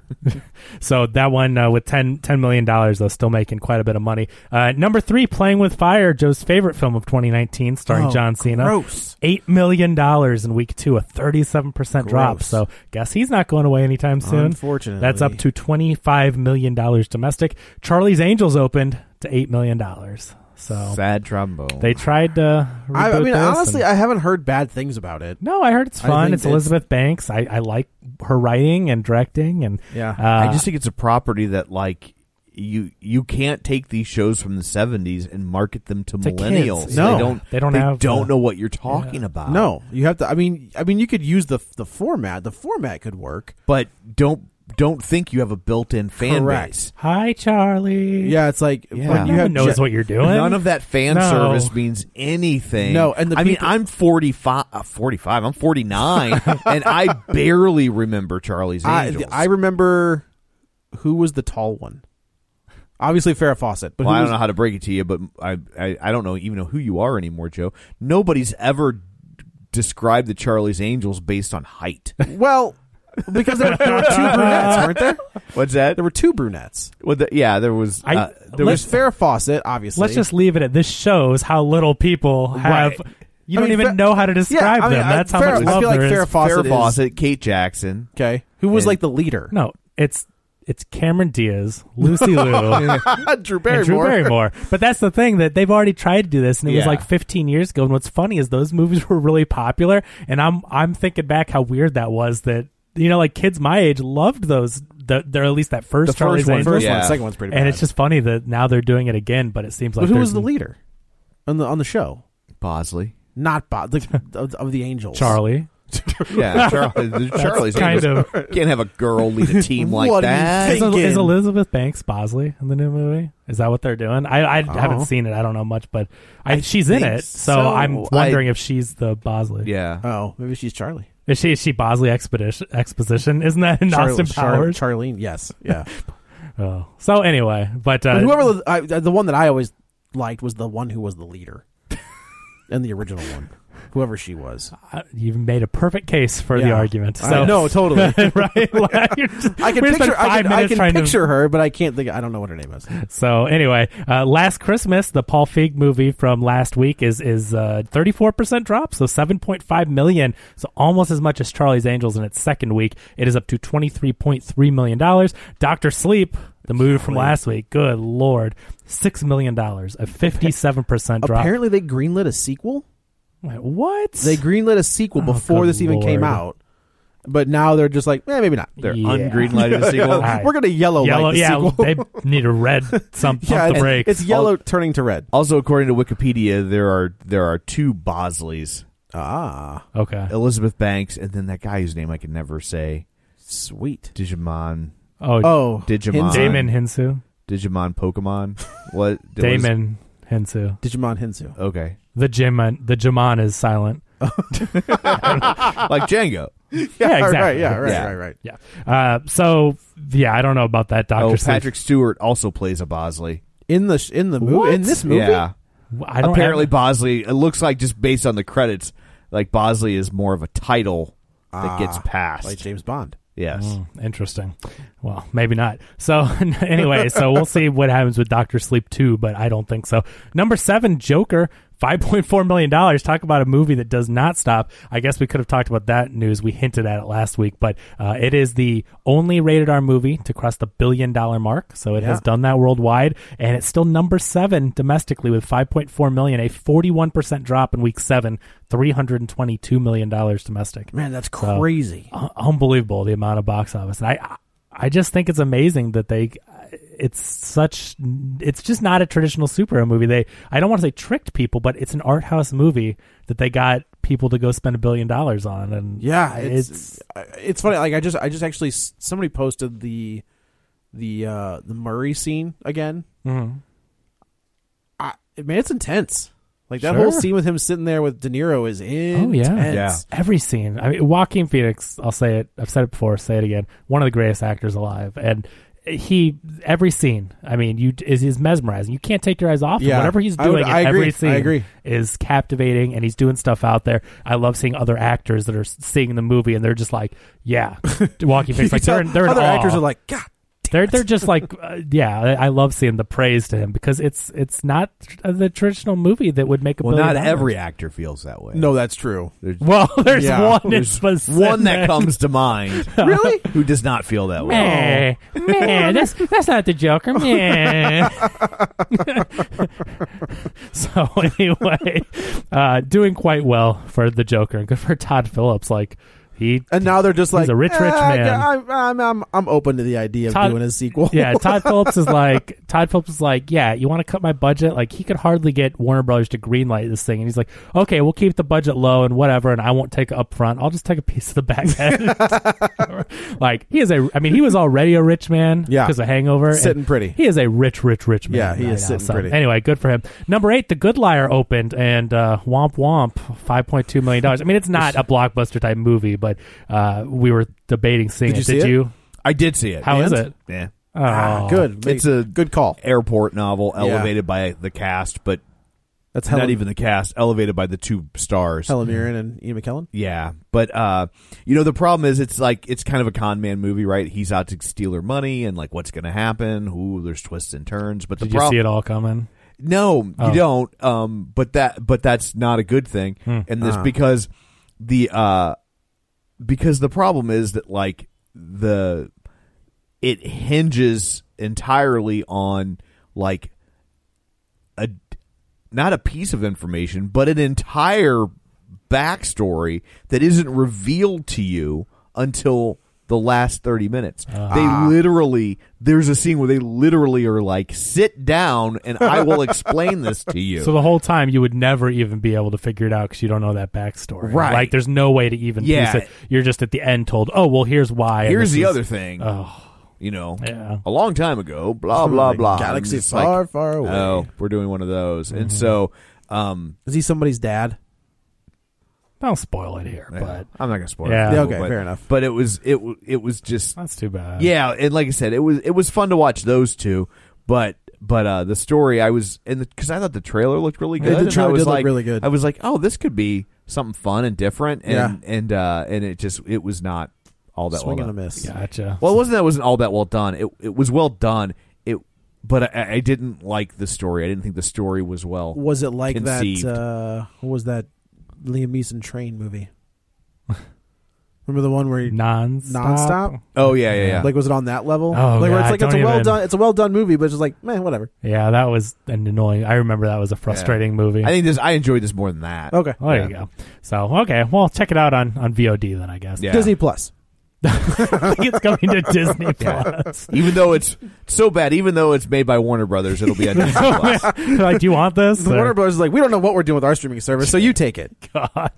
[SPEAKER 3] so that one uh, with 10, $10 million dollars though, still making quite a bit of money. Uh, number three, Playing with Fire, Joe's favorite film of 2019, starring
[SPEAKER 2] Oh,
[SPEAKER 3] John Cena.
[SPEAKER 2] gross.
[SPEAKER 3] Eight million dollars in week two, a 37 percent drop.
[SPEAKER 2] Gross.
[SPEAKER 3] So guess he's not going away anytime soon.
[SPEAKER 2] Unfortunately.
[SPEAKER 3] that's up to 25 million dollars domestic. Charlie's Angels opened to eight million dollars. So
[SPEAKER 1] Sad trombone.
[SPEAKER 3] They tried to. Reboot
[SPEAKER 2] I, I mean,
[SPEAKER 3] this and-
[SPEAKER 2] honestly, I haven't heard bad things about it.
[SPEAKER 3] no, I heard it's
[SPEAKER 2] I
[SPEAKER 3] fun.
[SPEAKER 2] think
[SPEAKER 3] It's
[SPEAKER 2] it's-
[SPEAKER 3] Elizabeth Banks. I, I like her writing and directing, and
[SPEAKER 2] Yeah.
[SPEAKER 3] uh,
[SPEAKER 1] I just think it's a property that like you you can't take these shows from the 70s and market them to,
[SPEAKER 3] To kids.
[SPEAKER 1] millennials.
[SPEAKER 3] No.
[SPEAKER 1] they don't.
[SPEAKER 3] They don't have
[SPEAKER 1] don't
[SPEAKER 3] the-
[SPEAKER 1] know what you're talking about.
[SPEAKER 2] No, you have to. I mean, I mean, you could use the the format. The format could work.
[SPEAKER 1] but don't don't think you have a built-in fan
[SPEAKER 2] Correct.
[SPEAKER 1] base.
[SPEAKER 3] hi Charlie.
[SPEAKER 2] Yeah, it's like
[SPEAKER 1] Yeah.
[SPEAKER 2] when
[SPEAKER 3] no
[SPEAKER 2] you have
[SPEAKER 3] one knows
[SPEAKER 2] Ja-
[SPEAKER 3] what you're doing.
[SPEAKER 1] None of that fan
[SPEAKER 3] No.
[SPEAKER 1] service means anything.
[SPEAKER 2] No, and the
[SPEAKER 1] I mean,
[SPEAKER 2] people-
[SPEAKER 1] I'm 45. Uh, 45. I'm 49, and I barely remember Charlie's
[SPEAKER 2] I,
[SPEAKER 1] Angels.
[SPEAKER 2] I remember who was the tall one. Obviously, Farrah Fawcett. But
[SPEAKER 1] well,
[SPEAKER 2] who
[SPEAKER 1] I
[SPEAKER 2] was-
[SPEAKER 1] don't know how to break it to you, but I, I I don't know even know who you are anymore, Joe. Nobody's ever described the Charlie's Angels based on height.
[SPEAKER 2] Well, because there, there were two brunettes, weren't there?
[SPEAKER 1] What's that?
[SPEAKER 2] There were two brunettes.
[SPEAKER 1] Well, the, yeah, there was.
[SPEAKER 3] I-
[SPEAKER 1] uh, there
[SPEAKER 2] There's
[SPEAKER 1] was.
[SPEAKER 2] Farrah Fawcett, obviously.
[SPEAKER 3] Let's just leave it at this. Shows how little people have.
[SPEAKER 2] Right.
[SPEAKER 3] You
[SPEAKER 2] I
[SPEAKER 3] don't
[SPEAKER 2] mean,
[SPEAKER 3] even
[SPEAKER 2] Fa-
[SPEAKER 3] know how to describe
[SPEAKER 2] I mean,
[SPEAKER 3] them.
[SPEAKER 2] I-
[SPEAKER 3] That's how
[SPEAKER 2] Farrah-
[SPEAKER 3] much
[SPEAKER 2] I
[SPEAKER 3] love
[SPEAKER 2] feel like
[SPEAKER 3] there is.
[SPEAKER 2] Farrah Fawcett
[SPEAKER 1] Farrah
[SPEAKER 2] is-
[SPEAKER 1] Fawcett, Kate Jackson.
[SPEAKER 2] okay. Who was
[SPEAKER 1] And-
[SPEAKER 2] like the leader?
[SPEAKER 3] No, it's it's Cameron Diaz, Lucy Liu,
[SPEAKER 2] Drew
[SPEAKER 3] and Drew Barrymore. But that's the thing that they've already tried to do this, and it was
[SPEAKER 1] Yeah.
[SPEAKER 3] like 15 years ago. And what's funny is those movies were really popular, and I'm I'm thinking back how weird that was. That you know, like kids my age loved those. The, they're at least that first
[SPEAKER 2] The
[SPEAKER 3] Charlie's
[SPEAKER 2] first one,
[SPEAKER 3] Angels.
[SPEAKER 2] first
[SPEAKER 1] Yeah.
[SPEAKER 2] one, second one's pretty bad.
[SPEAKER 3] And it's just funny that now they're doing it again, but it seems like
[SPEAKER 2] but who
[SPEAKER 3] there's
[SPEAKER 2] was the leader on the on the show?
[SPEAKER 1] Bosley.
[SPEAKER 2] Not Bob, the, of, of the Angels.
[SPEAKER 3] Charlie.
[SPEAKER 1] Yeah, Char- the Charlie's
[SPEAKER 3] kind
[SPEAKER 1] Angels. Can't have a girl lead a team like
[SPEAKER 2] What do you
[SPEAKER 1] that.
[SPEAKER 3] Is,
[SPEAKER 2] think? Thinking.
[SPEAKER 3] is Elizabeth Banks Bosley in the new movie? Is that what they're doing? I, I
[SPEAKER 2] Oh.
[SPEAKER 3] haven't seen it. I don't know much, but I, she's in
[SPEAKER 1] think
[SPEAKER 3] it, so,
[SPEAKER 1] so.
[SPEAKER 3] I'm wondering if she's the Bosley.
[SPEAKER 1] Yeah.
[SPEAKER 2] Oh, maybe she's Charlie.
[SPEAKER 3] Is she is she Bosley expedition exposition? Isn't that in
[SPEAKER 2] Charlie-
[SPEAKER 3] Austin
[SPEAKER 2] Char-
[SPEAKER 3] Powers?
[SPEAKER 2] Charlene, yes, yeah.
[SPEAKER 3] oh. So anyway, but, uh,
[SPEAKER 2] But whoever the, I, the one that I always liked was the one who was the leader, and the original one, whoever she was.
[SPEAKER 3] I- you've made a perfect case for the
[SPEAKER 2] Yeah.
[SPEAKER 3] argument.
[SPEAKER 2] I-
[SPEAKER 3] So
[SPEAKER 2] no, totally.
[SPEAKER 3] right? Like, you're just-
[SPEAKER 2] I can
[SPEAKER 3] we just spent
[SPEAKER 2] picture. I
[SPEAKER 3] five
[SPEAKER 2] can, I
[SPEAKER 3] minutes
[SPEAKER 2] can
[SPEAKER 3] trying to-
[SPEAKER 2] picture her, but I can't think. I don't know what her name is.
[SPEAKER 3] So anyway, uh, last Christmas, the Paul Feig movie from last week is is thirty four percent drop, so seven point five million, so almost as much as Charlie's Angels in its second week. It is up to twenty three point three million dollars. Doctor Sleep, the movie from last week, good lord, six million dollars, a fifty seven percent drop.
[SPEAKER 2] Apparently, they greenlit a sequel.
[SPEAKER 3] Wait, what?
[SPEAKER 2] They greenlit a sequel
[SPEAKER 3] Oh,
[SPEAKER 2] before
[SPEAKER 3] good
[SPEAKER 2] this even came
[SPEAKER 3] lord.
[SPEAKER 2] out, But now they're just like, eh, maybe not.
[SPEAKER 1] They're
[SPEAKER 3] Yeah.
[SPEAKER 1] ungreenlighted a sequel.
[SPEAKER 3] Right.
[SPEAKER 2] We're gonna yellow,
[SPEAKER 3] Yellow,
[SPEAKER 2] light the
[SPEAKER 3] yeah,
[SPEAKER 2] sequel.
[SPEAKER 3] they need a red some pump
[SPEAKER 2] yeah,
[SPEAKER 3] the
[SPEAKER 2] it's-
[SPEAKER 3] brakes.
[SPEAKER 2] It's yellow turning to red.
[SPEAKER 1] Also, according to Wikipedia, there are there are two Bosleys,
[SPEAKER 2] Ah,
[SPEAKER 3] okay.
[SPEAKER 1] Elizabeth Banks, and then that guy whose name I can never say,
[SPEAKER 2] sweet.
[SPEAKER 1] Digimon,
[SPEAKER 3] Oh,
[SPEAKER 2] Oh,
[SPEAKER 1] Digimon.
[SPEAKER 2] Hinsu.
[SPEAKER 3] Damon Hinsu.
[SPEAKER 1] Digimon Pokemon. What?
[SPEAKER 3] Damon Hinsu.
[SPEAKER 2] Digimon Hinsu.
[SPEAKER 1] Okay,
[SPEAKER 3] The Jimon. The Jimon is silent.
[SPEAKER 1] like Django.
[SPEAKER 3] Yeah, exactly.
[SPEAKER 2] Right, yeah, right,
[SPEAKER 1] Yeah.
[SPEAKER 2] right, right.
[SPEAKER 3] Yeah. Uh, so yeah, I don't know about that
[SPEAKER 1] Oh,
[SPEAKER 3] Doctor
[SPEAKER 1] Patrick Stewart also plays a Bosley.
[SPEAKER 2] In the sh- in the movie in this movie,
[SPEAKER 1] Yeah.
[SPEAKER 3] I don't
[SPEAKER 1] Apparently,
[SPEAKER 3] have-
[SPEAKER 1] Bosley. It looks like just based on the credits, like Bosley is more of a title that gets passed.
[SPEAKER 2] like James Bond.
[SPEAKER 1] yes.
[SPEAKER 3] Mm, interesting. Well, maybe not. So anyway, so we'll see what happens with Doctor Sleep 2, but I don't think so. Number 7 Joker 5.4 million dollars. Talk about a movie that does not stop. I guess we could have talked about that news. We hinted at it last week, but uh, it is the only rated R movie to cross the billion dollar mark. So it has done that worldwide, and it's still number seven domestically with 5.4 million, a 41 percent drop in week seven, 322 million dollars domestic
[SPEAKER 2] Man, that's
[SPEAKER 3] So-
[SPEAKER 2] crazy.
[SPEAKER 3] un- unbelievable the amount of box office and i i just think it's amazing that they it's such it's just not a traditional superhero movie they i don't want to say tricked people but it's an art house movie that they got people to go spend a billion dollars on and
[SPEAKER 2] Yeah,
[SPEAKER 3] it's,
[SPEAKER 2] it's uh, it's funny. Like I just I just actually s- somebody posted the the uh the Murray scene again.
[SPEAKER 3] Mhm.
[SPEAKER 2] I, man, it's intense. Like that
[SPEAKER 3] Sure.
[SPEAKER 2] whole scene with him sitting there with De Niro is intense.
[SPEAKER 3] Oh, yeah.
[SPEAKER 1] Yeah.
[SPEAKER 3] every scene i mean joaquin phoenix i'll say it i've said it before say it again one of the greatest actors alive and he every scene i mean you is is mesmerizing you can't take your eyes off him.
[SPEAKER 2] Yeah.
[SPEAKER 3] whatever he's
[SPEAKER 2] I would-
[SPEAKER 3] doing in
[SPEAKER 2] I agree.
[SPEAKER 3] every scene
[SPEAKER 2] I agree.
[SPEAKER 3] is captivating and he's doing stuff out there i love seeing other actors that are s- seeing the movie and they're just like yeah walking
[SPEAKER 2] You
[SPEAKER 3] phoenix like
[SPEAKER 2] tell
[SPEAKER 3] they're, in- they're in
[SPEAKER 2] other
[SPEAKER 3] awe.
[SPEAKER 2] actors are like, God,
[SPEAKER 3] they're they're just like uh, yeah I, I love seeing the praise to him because it's it's not tr- the traditional movie that would make a
[SPEAKER 1] Well, not
[SPEAKER 3] billion dollars.
[SPEAKER 1] every actor feels that way.
[SPEAKER 2] no, that's true.
[SPEAKER 1] There's
[SPEAKER 3] well there's
[SPEAKER 2] Yeah.
[SPEAKER 3] one in
[SPEAKER 1] There's
[SPEAKER 3] specific
[SPEAKER 1] one that comes to mind. really? Who does not feel that way?
[SPEAKER 3] Meh. Meh. That's, that's not the Joker. Meh. so, anyway, uh, doing quite well for the Joker and good for Todd Phillips. Like, he.
[SPEAKER 2] And now they're just like
[SPEAKER 3] a rich,
[SPEAKER 2] "Eh,
[SPEAKER 3] rich
[SPEAKER 2] I-
[SPEAKER 3] man."
[SPEAKER 2] I'm, I'm, I'm, I'm open to the idea of
[SPEAKER 3] Todd-
[SPEAKER 2] doing a sequel.
[SPEAKER 3] yeah, Todd Phillips is like Todd Phillips is like, yeah, you want to cut my budget? Like he could hardly get Warner Brothers to greenlight this thing, and he's like, okay, we'll keep the budget low and whatever, and I won't take it up front. I'll just take a piece of the back end. like he is a, I mean, he was already a rich man,
[SPEAKER 2] Yeah.
[SPEAKER 3] because of Hangover,
[SPEAKER 2] Sitting
[SPEAKER 3] and
[SPEAKER 2] pretty.
[SPEAKER 3] He is a rich, rich, rich man.
[SPEAKER 2] Yeah, he is sitting pretty.
[SPEAKER 3] Anyway, good for him. Number eight, The Good Liar opened, and uh, womp womp, five point two million dollars. I mean, it's not a blockbuster type movie, but uh, we were debating seeing
[SPEAKER 2] Did you
[SPEAKER 3] it.
[SPEAKER 2] see
[SPEAKER 3] Did
[SPEAKER 2] it?
[SPEAKER 3] you?
[SPEAKER 1] I did see it.
[SPEAKER 3] How is
[SPEAKER 1] And-
[SPEAKER 3] it?
[SPEAKER 1] Yeah.
[SPEAKER 3] Oh,
[SPEAKER 2] Ah, good.
[SPEAKER 1] It's a
[SPEAKER 2] good call.
[SPEAKER 1] Airport novel
[SPEAKER 2] Yeah.
[SPEAKER 1] elevated by the cast, but
[SPEAKER 2] That's
[SPEAKER 1] not
[SPEAKER 2] Helen,
[SPEAKER 1] even the cast, elevated by the two stars.
[SPEAKER 2] Helen Mirren and Ian McKellen.
[SPEAKER 1] Yeah, but uh, you know the problem is it's like it's kind of a con man movie, right? He's out to steal her money, and like what's going to happen? Who there's twists and turns, but the
[SPEAKER 3] Did you
[SPEAKER 1] problem
[SPEAKER 3] see it all coming?
[SPEAKER 1] no,
[SPEAKER 3] Oh.
[SPEAKER 1] you don't. Um, but that but that's not a good thing,
[SPEAKER 3] Hmm.
[SPEAKER 1] and
[SPEAKER 2] Ah.
[SPEAKER 1] this because the uh because the problem is that like the it hinges entirely on like a not a piece of information, but an entire backstory that isn't revealed to you until the last 30 minutes. They literally there's a scene where they literally are like sit down and I will explain this to you.
[SPEAKER 3] So the whole time you would never even be able to figure it out because you don't know that backstory.
[SPEAKER 1] Right.
[SPEAKER 3] Like there's no way to even
[SPEAKER 1] Yeah.
[SPEAKER 3] piece it. You're just at the end told, oh well, here's why. and
[SPEAKER 1] Here's
[SPEAKER 3] this
[SPEAKER 1] the
[SPEAKER 3] is-
[SPEAKER 1] other thing. You know,
[SPEAKER 3] Yeah.
[SPEAKER 1] a long time ago, blah blah
[SPEAKER 2] Oh. Like,
[SPEAKER 1] blah.
[SPEAKER 2] galaxy
[SPEAKER 1] And it's
[SPEAKER 2] far, far away. Mm-hmm.
[SPEAKER 1] Oh, we're doing one of those, and so um,
[SPEAKER 2] Is he somebody's dad?
[SPEAKER 3] Don't spoil it here,
[SPEAKER 1] yeah,
[SPEAKER 3] but
[SPEAKER 1] I'm not gonna spoil.
[SPEAKER 3] Yeah.
[SPEAKER 1] it.
[SPEAKER 3] Yeah,
[SPEAKER 2] okay,
[SPEAKER 1] but,
[SPEAKER 2] fair enough.
[SPEAKER 1] But it was it w- it was just
[SPEAKER 3] that's too bad.
[SPEAKER 1] Yeah, and like I said, it was it was fun to watch those two, but but uh the story I was and because I thought the trailer looked really good.
[SPEAKER 2] the
[SPEAKER 1] and
[SPEAKER 2] trailer
[SPEAKER 1] I was
[SPEAKER 2] did look
[SPEAKER 1] like,
[SPEAKER 2] really good.
[SPEAKER 1] I was like, oh, this could be something fun and different, and and uh and it just it was not all that
[SPEAKER 2] Swing
[SPEAKER 1] well
[SPEAKER 2] and a
[SPEAKER 1] done.
[SPEAKER 2] miss.
[SPEAKER 3] Gotcha.
[SPEAKER 1] Well, it wasn't that it wasn't all that well done. It it was well done. It but I, I didn't like the story. I didn't think the story was well.
[SPEAKER 2] Was it like
[SPEAKER 1] Conceived.
[SPEAKER 2] that? Uh, what was that Liam Neeson train movie? Remember the one where he
[SPEAKER 3] nonstop.
[SPEAKER 2] nonstop?
[SPEAKER 1] Oh yeah, yeah, yeah.
[SPEAKER 2] Like was it on that level?
[SPEAKER 3] Oh,
[SPEAKER 2] like where
[SPEAKER 3] God,
[SPEAKER 2] it's like it's a
[SPEAKER 3] don't
[SPEAKER 2] well
[SPEAKER 3] even-
[SPEAKER 2] done it's a well done movie, but it's just like man, whatever.
[SPEAKER 3] Yeah, that was an annoying. I remember that was a frustrating movie.
[SPEAKER 1] I think this. I enjoyed this more than that.
[SPEAKER 2] Okay,
[SPEAKER 3] Oh, there
[SPEAKER 1] Yeah.
[SPEAKER 3] you go. So okay, well, check it out on on VOD then. I guess.
[SPEAKER 1] Yeah.
[SPEAKER 2] Disney Plus.
[SPEAKER 3] I think it's coming to Disney Plus.
[SPEAKER 1] Even though it's so bad, even though it's made by Warner Brothers, it'll be on Disney Plus.
[SPEAKER 3] like, do you want this?
[SPEAKER 2] The
[SPEAKER 3] Or-
[SPEAKER 2] Warner Brothers is like, we don't know what we're doing with our streaming service, so you take it.
[SPEAKER 3] God.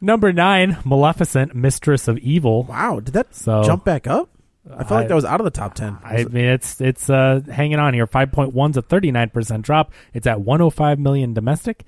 [SPEAKER 3] Number nine, Maleficent, Mistress of Evil.
[SPEAKER 2] Wow, did that
[SPEAKER 3] So-
[SPEAKER 2] jump back up? I felt
[SPEAKER 3] I-
[SPEAKER 2] like that was out of the top ten.
[SPEAKER 3] I mean, it's it's uh, hanging on here. Five point one's a thirty nine percent drop. It's at one hundred five million domestic.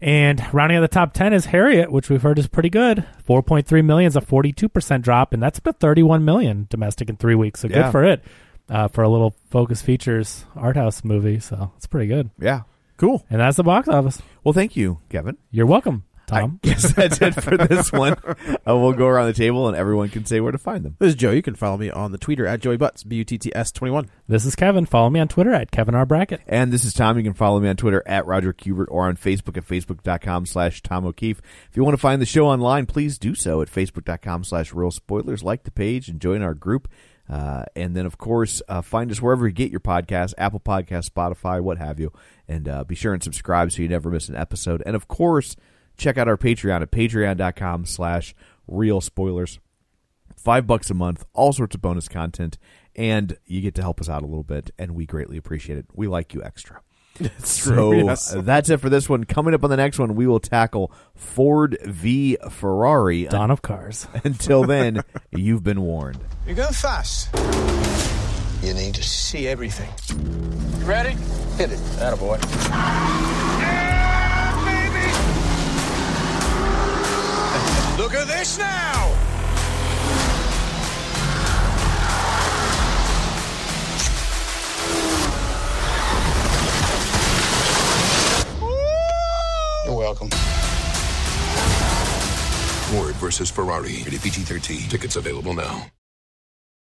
[SPEAKER 3] And rounding out the top ten is Harriet, which we've heard is pretty good. Four point three million is a forty two percent drop, and that's up to thirty one million domestic in three weeks. So
[SPEAKER 1] Yeah.
[SPEAKER 3] good for it. Uh, for a little focus features art house movie, so it's pretty good.
[SPEAKER 1] Yeah.
[SPEAKER 2] cool.
[SPEAKER 3] And that's the box office.
[SPEAKER 1] Well, thank you, Kevin.
[SPEAKER 3] You're welcome,
[SPEAKER 2] Um.
[SPEAKER 3] Tom.
[SPEAKER 1] I guess that's it for this one. Uh, we'll go around the table and everyone can say where to find them.
[SPEAKER 2] This is Joe. You can follow me on the Twitter at Joey Butts B U T T S twenty one.
[SPEAKER 3] this is Kevin. Follow me on Twitter at Kevin R Brackett.
[SPEAKER 1] And this is Tom. You can follow me on Twitter at Roger Kubert or on Facebook at Facebook.com slash Tom O'Keefe. If you want to find the show online, please do so at Facebook.com slash Real Spoilers. Like the page and join our group. Uh, and then, of course, uh, find us wherever you get your podcast, Apple Podcasts, Spotify, what have you. And uh, be sure and subscribe so you never miss an episode. And, of course, check out our Patreon at patreon.com slash Real Spoilers. five bucks a month, all sorts of bonus content, and you get to help us out a little bit, and we greatly appreciate it. We like you extra. That's So
[SPEAKER 2] true, yes.
[SPEAKER 1] uh, that's it for this one. Coming up on the next one, we will tackle Ford v Ferrari.
[SPEAKER 3] Dawn of Cars.
[SPEAKER 1] Until then, you've been warned.
[SPEAKER 4] You're going fast. You need to see everything. Ready? Hit it. Attaboy. Look at this now! You're welcome.
[SPEAKER 5] Ford versus Ferrari. Rated PG 13. Tickets available now.